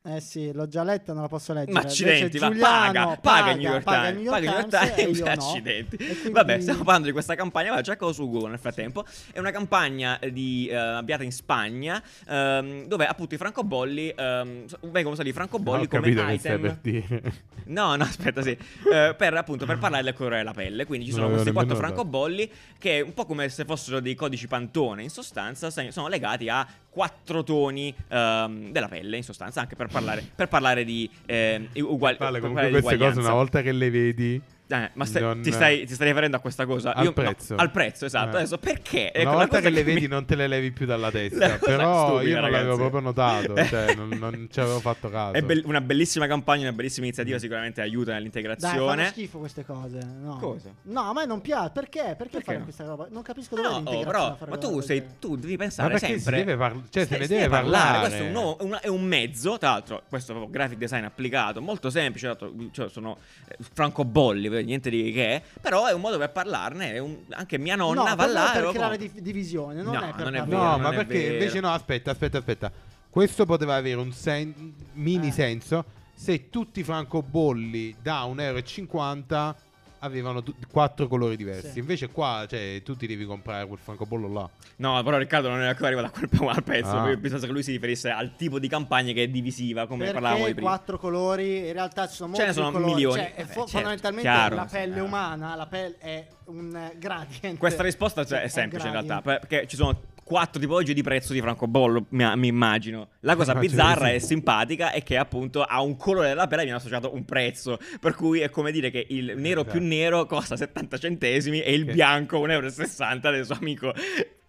S2: Eh sì, l'ho già letta, non la posso leggere.
S3: Ma accidenti,
S2: Invece
S3: va,
S2: cioè, Giuliano
S3: paga, paga il New York
S2: paga
S3: Times, paga il New York
S2: Times e
S3: Times,
S2: io no.
S3: accidenti.
S2: E quindi-
S3: Vabbè, stiamo parlando di questa campagna, ma c'è cosa su Google nel frattempo. È una campagna di, eh, avviata in Spagna, ehm, dove appunto i francobolli, ehm, so- vengono usati i
S1: Non
S3: francobolli
S1: ho
S3: come
S1: capito che stai
S3: item.
S1: per dire.
S3: No, no, aspetta, sì. Eh, per appunto per parlare del colore della pelle. Quindi ci
S1: Non
S3: sono
S1: avevo
S3: questi quattro
S1: nemmeno notato.
S3: francobolli che è un po' come se fossero dei codici pantone, in sostanza, se- sono legati a quattro toni ehm, della pelle, in sostanza, anche per parlare, per parlare di ehm, i- ugual-
S1: Vale,
S3: per
S1: comunque
S3: parlare di
S1: queste cose
S3: uguaglianza.
S1: una volta che le vedi
S3: Eh, ma stai-
S1: non-
S3: ti, stai, ti stai riferendo a questa cosa?
S1: Al
S3: Io- no,
S1: prezzo.
S3: al prezzo, esatto.
S1: Eh.
S3: Adesso perché? Ecco,
S1: Una
S3: la
S1: volta
S3: cosa
S1: che le
S3: mi-
S1: vedi non te le levi più dalla
S3: La
S1: testa
S3: cosa
S1: Però
S3: stupida,
S1: io non l'avevo
S3: ragazzi.
S1: proprio notato Cioè non, non ci avevo fatto caso Mm.
S3: È bell- una bellissima campagna, una bellissima iniziativa, sicuramente aiuta
S2: Dai, fanno
S3: nell'integrazione.
S2: schifo queste cose. No.
S3: Cosa?
S2: No, a me non piace. Perché? Perché,
S3: Perché
S2: fare
S3: no?
S2: questa roba? Non capisco dove
S3: No, oh, però, ma tu, sei, tu devi
S1: Ma
S3: pensare
S1: perché si
S3: sempre.
S1: deve parl- cioè,
S3: Se-
S1: se ne
S3: si
S1: deve parlare
S3: Questo è un, nuovo- un- è un mezzo, tra l'altro, questo è proprio graphic design applicato, molto semplice, tra l'altro, cioè, sono eh, francobolli, per- niente di che, però è un modo per parlarne, è un- anche mia
S2: No,
S3: nonna va
S2: per me
S3: là
S2: è
S3: e
S2: per
S3: lo
S2: creare
S3: compra.
S2: dif- divisione, non
S3: No,
S2: è per
S3: non è
S2: parlare.
S3: vero,
S1: No,
S3: non
S1: ma
S3: è
S1: perché
S3: vero.
S1: invece no, aspetta, aspetta, aspetta. Questo poteva avere un sen- mini
S2: Eh.
S1: senso se tutti i francobolli da 1,50 euro avevano tu- quattro colori diversi.
S2: Sì.
S1: Invece qua, cioè, tu ti devi comprare quel francobollo là.
S3: No, però Riccardo non è ancora arrivato a quel al pezzo,
S1: Ah.
S3: quindi penso che lui si riferisse al tipo di campagna che è divisiva, come parlavamo
S2: Perché
S3: di
S2: i
S3: prima.
S2: quattro colori, in realtà ci sono
S3: Ce
S2: molti
S3: ne sono
S2: più colori.
S3: milioni.
S2: Cioè, è
S3: Vabbè,
S2: fo-
S3: certo,
S2: fondamentalmente
S3: chiaro,
S2: la
S3: sì,
S2: pelle
S3: eh.
S2: umana, la pelle è un eh, gradient.
S3: Questa risposta cioè, è
S2: Sì,
S3: semplice in
S2: gradient.
S3: realtà, per- perché ci sono quattro tipologie di prezzo di francobollo, mi, mi immagino. La cosa
S1: Eh, Immagino
S3: bizzarra
S1: di sì.
S3: e simpatica è che appunto a un colore della pelle viene associato un prezzo, per cui è come dire che il nero
S1: Esatto.
S3: più nero costa 70 centesimi e il
S1: Che-
S3: bianco 1,60 euro del suo amico.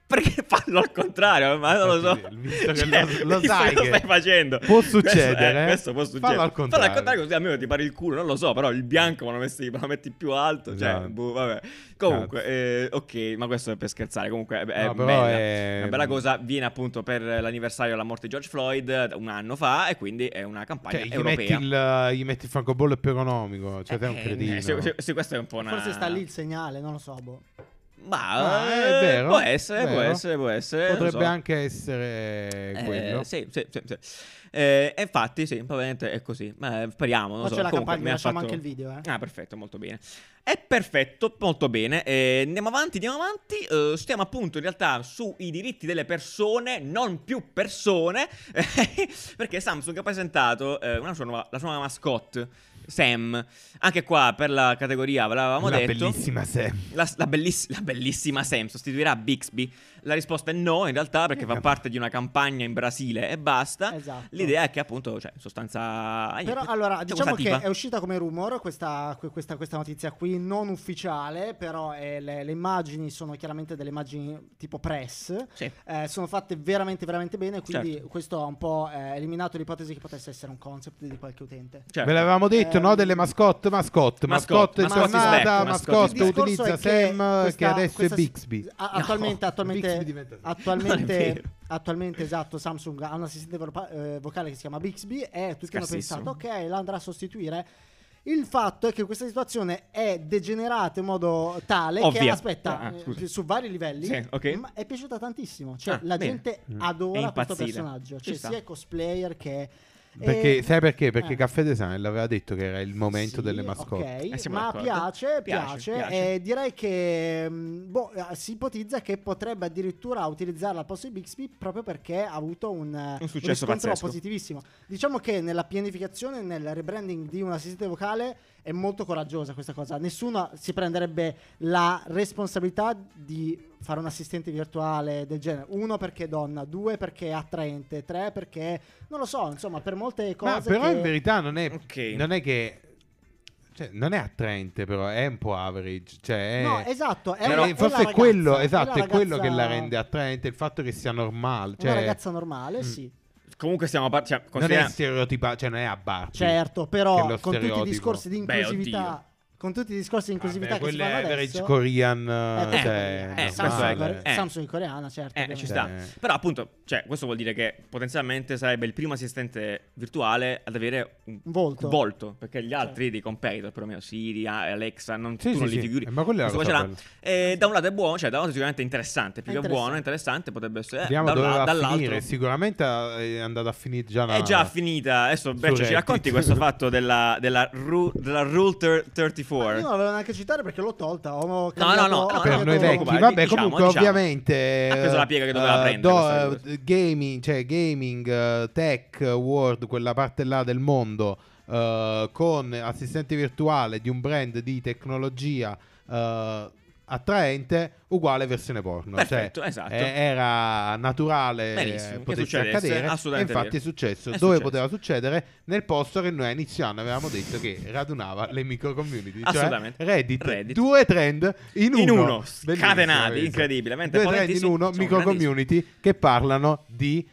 S3: Perché fallo al contrario? Ma non lo so. Cioè,
S1: Infatti, visto che lo- lo
S3: visto
S1: sai
S3: che lo
S1: che
S3: stai facendo.
S1: può
S3: Questo, eh,
S1: succedere,
S3: Questo, può
S1: fallo
S3: succedere.
S1: al contrario.
S3: così almeno ti pari il culo, non lo so, però il bianco me lo metti, me lo metti più alto, cioè,
S1: Esatto.
S3: boh, vabbè. Comunque, eh, ok, ma questo è per scherzare. Comunque, è, è
S1: No, però
S3: bella.
S1: è-
S3: una bella cosa. Viene appunto per l'anniversario della morte di George Floyd eh, un anno fa, e quindi è una campagna
S1: Cioè, gli metti,
S3: europea.
S1: il, gli metti il francobollo più economico. Cioè, te è un
S3: Eh,
S1: cretino.
S3: eh, se- se- se questo è un po' una.
S2: Forse sta lì il segnale, non lo so, boh.
S3: Ma,
S1: Ma Ah, è
S3: eh,
S1: vero,
S3: può essere,
S1: vero.
S3: può essere, può essere. non
S1: Potrebbe
S3: so.
S1: anche essere
S3: Eh,
S1: quello.
S3: sì, sì, sì, sì. Eh, e infatti, sì, probabilmente è così. Ma eh, speriamo. Non
S2: Ma
S3: so.
S2: c'è la
S3: Comunque,
S2: campagna,
S3: mi ha
S2: lasciamo
S3: fatto-
S2: anche il video, eh.
S3: Ah, perfetto, molto bene. È perfetto, molto bene. Eh, andiamo avanti, andiamo avanti. Eh, stiamo appunto in realtà sui diritti delle persone, non più persone, perché Samsung ha presentato eh, una sua nuova, la sua nuova mascotte. Sam. Anche qua per la categoria ve l'avevamo
S1: Una
S3: detto.
S1: bellissima Sam.
S3: La, la belliss- la bellissima Sam sostituirà Bixby? La risposta è no, in realtà, perché
S2: Eh,
S3: fa parte di una campagna in Brasile e basta.
S2: Esatto.
S3: L'idea è che, appunto, cioè, in sostanza. ah,
S2: Però
S3: niente,
S2: allora,
S3: c'è
S2: diciamo
S3: questa
S2: che
S3: tipa.
S2: è uscita come rumor questa, que- questa- questa notizia qui, non ufficiale, però eh, le, le immagini sono chiaramente delle immagini tipo press,
S3: Sì. Certo.
S2: eh, sono fatte veramente veramente bene, quindi questo ha un po' eh, eliminato l'ipotesi che potesse essere un concept di qualche utente.
S3: Certo.
S1: Ve l'avevamo detto,
S2: Eh,
S1: no? Delle mascotte, mascotte, mascotte,
S3: Mascotte,
S1: è
S3: mascotte is
S1: tornata,
S3: back, mascotte
S1: mascotte
S3: is back.
S1: utilizza Sam che adesso è Bixby.
S2: eh, Attualmente,
S1: No,
S2: attualmente,
S1: Bixby diventa Sam.
S3: Non è
S2: attualmente,
S3: vero.
S2: attualmente, esatto, Samsung ha un assistente vo- eh, vocale che si chiama Bixby e tutti hanno
S3: Scarsissimo.
S2: pensato, ok, la andrà a sostituire. Il fatto è che questa situazione è degenerata in modo tale che,
S3: Ovvia.
S2: aspetta,
S3: Ah, ah,
S2: eh,
S3: scusa.
S2: su vari livelli,
S3: Sì, ok.
S2: ma è piaciuta tantissimo. Cioè,
S3: Ah,
S2: la
S3: bene.
S2: gente
S1: Mm.
S3: È
S2: adora questo
S3: impazzita.
S2: personaggio,
S3: Ci
S2: cioè
S3: sta.
S2: sia cosplayer che...
S1: Perché,
S2: e-
S1: sai perché? Perché
S2: eh.
S1: Caffè Design l'aveva detto che era il momento
S2: Sì,
S1: delle mascotte.
S2: ok,
S3: Eh, siamo
S2: ma
S3: d'accordo.
S2: piace, piace,
S3: Piace, piace.
S2: e direi che mh, boh, eh, si ipotizza che potrebbe addirittura utilizzarla al posto di Bixby proprio perché ha avuto un, eh,
S3: Un successo
S2: riscontro
S3: pazzesco.
S2: positivissimo. Diciamo che nella pianificazione, nel rebranding di un assistente vocale è molto coraggiosa questa cosa. Nessuno si prenderebbe la responsabilità di fare un assistente virtuale del genere. Uno perché è donna, due perché è attraente, tre perché non lo so, insomma, per molte cose
S1: Ma però
S2: che-
S1: in verità non è,
S3: Ok.
S1: non è che... Cioè, non è attraente però, è un po' average. Cioè, è-
S2: No, esatto, è
S1: Eh,
S2: una- è
S1: forse
S2: la
S1: è quello,
S2: ragazza,
S1: esatto, è,
S2: la
S1: quello che
S2: ragazza-
S1: la rende attraente, il fatto che sia normale,
S2: una
S1: cioè mm,
S2: ragazza normale, sì.
S3: Comunque, stiamo par- cioè,
S1: non
S3: considera-
S1: è stereotipa, cioè non è a bar.
S2: Certo,
S1: Che
S2: però
S1: lo
S2: con tutti i
S1: stereotipo.
S2: discorsi di
S3: Beh,
S2: inclusività, con tutti i discorsi di inclusività che si
S1: quello
S2: fanno
S1: è average
S2: adesso,
S1: Korean,
S2: ecco,
S1: eh, cioè,
S2: eh,
S3: eh,
S2: Samsung,
S3: normale.
S2: è core-
S3: Eh.
S2: Samsung è coreana, certo.
S3: Eh, ci
S2: ovviamente.
S3: sta.
S1: Cioè-
S3: Però appunto, cioè, questo vuol dire che potenzialmente sarebbe il primo assistente virtuale ad avere un
S2: Un volto.
S3: un perché gli altri di competitor, perlomeno Siri, A- Alexa, non,
S1: Cioè. Sì,
S3: tu
S1: sì,
S3: non
S1: sì.
S3: li figuri.
S1: Eh, ma quella è la
S3: Questo
S1: cosa
S3: qua ce l'ha.
S1: bella.
S3: Eh, da un lato è buono, cioè da un lato sicuramente è interessante, più
S2: È
S3: che buono, è interessante, potrebbe essere. eh,
S1: Vediamo
S3: da un
S1: dove
S3: la-
S1: va a
S3: dall'altro
S1: finire. Sicuramente eh, è andata a finire già la-
S3: è già finita. Adesso Breccia ci
S1: Reddit.
S3: racconti questo fatto della, della, Ru- della Rule ter-
S2: Ma
S3: 34.
S2: Io non l'avevo neanche citare perché l'ho tolta. ho
S3: no,
S2: cambiato-
S3: no,
S2: ho
S3: no,
S1: per
S2: cambiato-
S1: noi vecchi,
S3: preoccupare,
S1: vabbè,
S3: diciamo,
S1: comunque
S3: diciamo.
S1: ovviamente
S3: Ha preso la piega che doveva
S1: eh,
S3: prendere, questa
S1: eh,
S3: cosa.
S1: gaming, cioè gaming, eh, tech, world, quella parte là del mondo eh, con assistente virtuale di un brand di tecnologia eh, attraente uguale versione porno,
S3: Perfetto,
S1: cioè,
S3: esatto.
S1: eh, era naturale
S3: Benissimo,
S1: eh,
S3: che
S1: potesse
S3: succedesse,
S1: accadere e
S3: assolutamente
S1: infatti
S3: vero.
S1: è successo,
S3: È
S1: dove
S3: successo.
S1: poteva succedere nel posto che noi a inizio anno avevamo detto che radunava le micro community, cioè
S3: Assolutamente.
S1: Reddit,
S3: Reddit.
S1: due trend in uno,
S3: In uno,
S1: Bellissimo,
S3: scatenati,
S1: bellissimo.
S3: incredibile, mentre
S1: Due
S3: poi
S1: trend in
S3: sì,
S1: uno,
S3: sono
S1: micro
S3: grandissimi.
S1: community che parlano di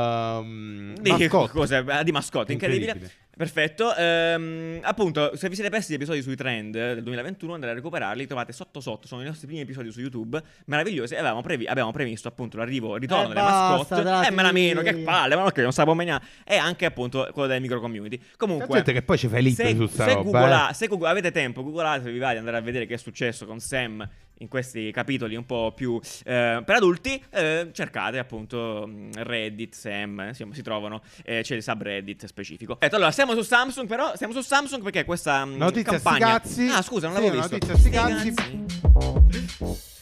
S1: ehm,
S3: Di
S1: mascotte.
S3: cose, eh, di mascotte, incredibile.
S1: Incredibile.
S3: Perfetto. Ehm, appunto, se vi siete persi gli episodi sui trend eh, del 2021, andate a recuperarli. li Trovate sotto sotto. Sono i nostri primi episodi su YouTube. Meravigliosi. e Avevamo, previ- abbiamo previsto appunto l'arrivo, il ritorno
S2: Eh,
S3: delle
S2: basta,
S3: mascotte.
S2: dai,
S3: E me la meno, che
S2: sì.
S3: palle, ma ok, non sapevo meno. E anche appunto quello delle micro community.
S1: C'è
S3: Comunque.
S1: gente che poi ci fa i link
S3: se,
S1: su sta
S3: se
S1: roba.
S3: googla-
S1: eh.
S3: se Google- avete tempo, googlatevi va di andare a vedere che è successo con Sam in questi capitoli un po' più eh, per adulti. eh, cercate appunto mh, Reddit, Sam, eh, insomma, si trovano, eh, c'è il subreddit specifico. Ecco, allora siamo su Samsung, però siamo su Samsung perché questa mh,
S1: Notizia sti
S3: campagna.
S1: cazzi.
S3: Ah, scusa, non
S1: Sì,
S3: l'avevo
S1: una
S3: visto.
S1: notizia sti cazzi.
S3: Sti cazzi.
S1: eh.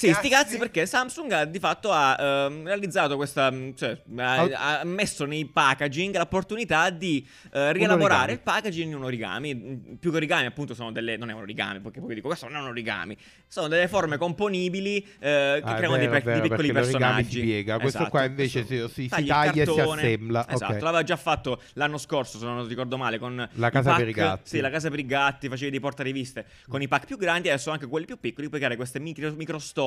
S3: Sì, sti cazzi perché Samsung ha, di fatto ha ehm, realizzato questa, mh, cioè, ha, ha messo nei packaging l'opportunità di eh, rielaborare
S1: origami.
S3: il packaging in un origami. Mm, Più che origami, appunto, sono delle. Non è un origami, perché poi dico, questo non è un origami. Sono delle forme componibili eh, che
S1: Ah, è
S3: creano dei,
S1: vero,
S3: pe-
S1: è vero,
S3: dei piccoli
S1: perché l'origami
S3: personaggi.
S1: si piega. Questo qua invece
S3: questo-
S1: si- si- si
S3: tagli il
S1: taglia e si
S3: cartone.
S1: assembla.
S3: Esatto,
S1: Ok.
S3: l'aveva già fatto l'anno scorso, se non ricordo male, con
S1: La
S3: i
S1: casa
S3: pack-
S1: per i gatti.
S3: Sì, la casa per i gatti, facevi dei portariviste con i pack più grandi, adesso anche quelli più piccoli, puoi creare queste micro, micro storie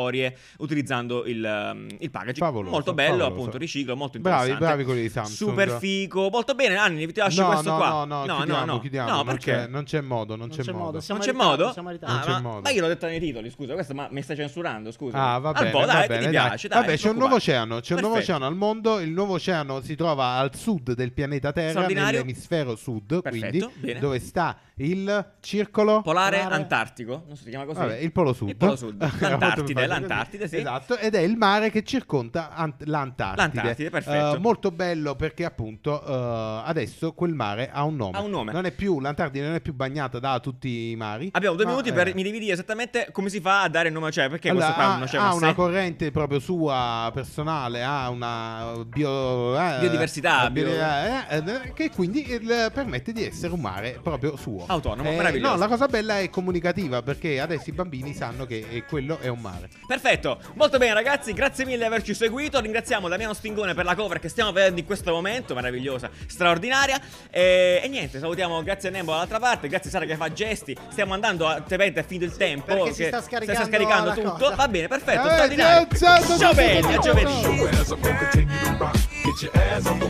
S3: utilizzando il, um, il packaging.
S1: Favoloso,
S3: molto bello,
S1: favoloso.
S3: appunto, riciclo, molto
S1: Bravi,
S3: interessante.
S1: bravi quelli di Samsung.
S3: Super figo, molto bene, Anni, ti lascio
S1: no,
S3: questo
S1: no,
S3: qua.
S1: no, no, chiudiamo,
S3: no.
S1: chiudiamo.
S3: No,
S1: non,
S3: perché?
S1: c'è, non c'è modo, non, c'è, modo.
S2: siamo
S3: non c'è
S2: in ritardo,
S3: modo?
S2: siamo in
S3: Ah,
S2: ritardo.
S1: Non c'è
S3: ma,
S1: modo.
S3: ma io l'ho detto nei titoli, scusa, questo ma mi stai censurando, scusa.
S1: Ah, va bene,
S3: Al po',
S1: va
S3: dai, che
S1: bene,
S3: ti
S1: dai.
S3: piace, dai.
S1: Vabbè, c'è un
S3: non
S1: nuovo
S3: preoccupare.
S1: oceano, c'è un nuovo
S3: Perfetto.
S1: oceano al mondo, il nuovo oceano si trova al sud del pianeta Terra,
S3: Straordinario.
S1: nell'emisfero sud,
S3: Perfetto,
S1: quindi
S3: bene.
S1: dove sta il circolo
S3: Polare,
S2: Polare.
S3: antartico, non so si chiama così.
S1: Vabbè, il polo sud.
S3: Il polo sud.
S1: Era molto per
S3: L'Antartide,
S1: farlo
S3: l'Antartide,
S1: così.
S3: sì.
S1: Esatto, ed è il mare che circonda Ant- l'Antartide.
S3: L'Antartide, perfetto.
S1: Eh, molto bello perché appunto eh, adesso quel mare ha un nome.
S3: Ha un nome.
S1: Non è più, L'Antartide non è più bagnata da tutti i mari.
S3: Abbiamo due
S1: ma,
S3: minuti
S1: eh,
S3: per. Mi devi dire esattamente come si fa a dare il nome cioè Perché
S1: allora,
S3: questo qua
S1: ha,
S3: è un
S1: ha
S3: oceano
S1: una corrente proprio sua personale, ha una bio- eh,
S3: Biodiversità, bio-
S1: eh, eh, che quindi il- permette di essere un mare proprio suo.
S3: Autonomo,
S1: Eh,
S3: meraviglioso.
S1: No, la cosa bella è comunicativa perché adesso i bambini sanno che eh, quello è un mare.
S3: Perfetto, molto bene ragazzi, grazie mille di averci seguito, ringraziamo Damiano Stingone per la cover che stiamo vedendo in questo momento, meravigliosa, straordinaria e, e niente, salutiamo grazie a Nembo dall'altra parte, grazie Sara che fa gesti, stiamo andando a tepete a fin del tempo,
S2: perché si
S3: che
S2: sta scaricando
S3: scaricando
S2: la
S3: tutto,
S2: cosa.
S3: va bene, perfetto,
S1: Eh,
S3: straordinario,
S1: ciao, ciao, ciao,
S3: ciao belli,
S1: ciao,
S3: a
S1: ciao.
S3: giovedì
S4: Your ass up and continue to rock. Get your ass up.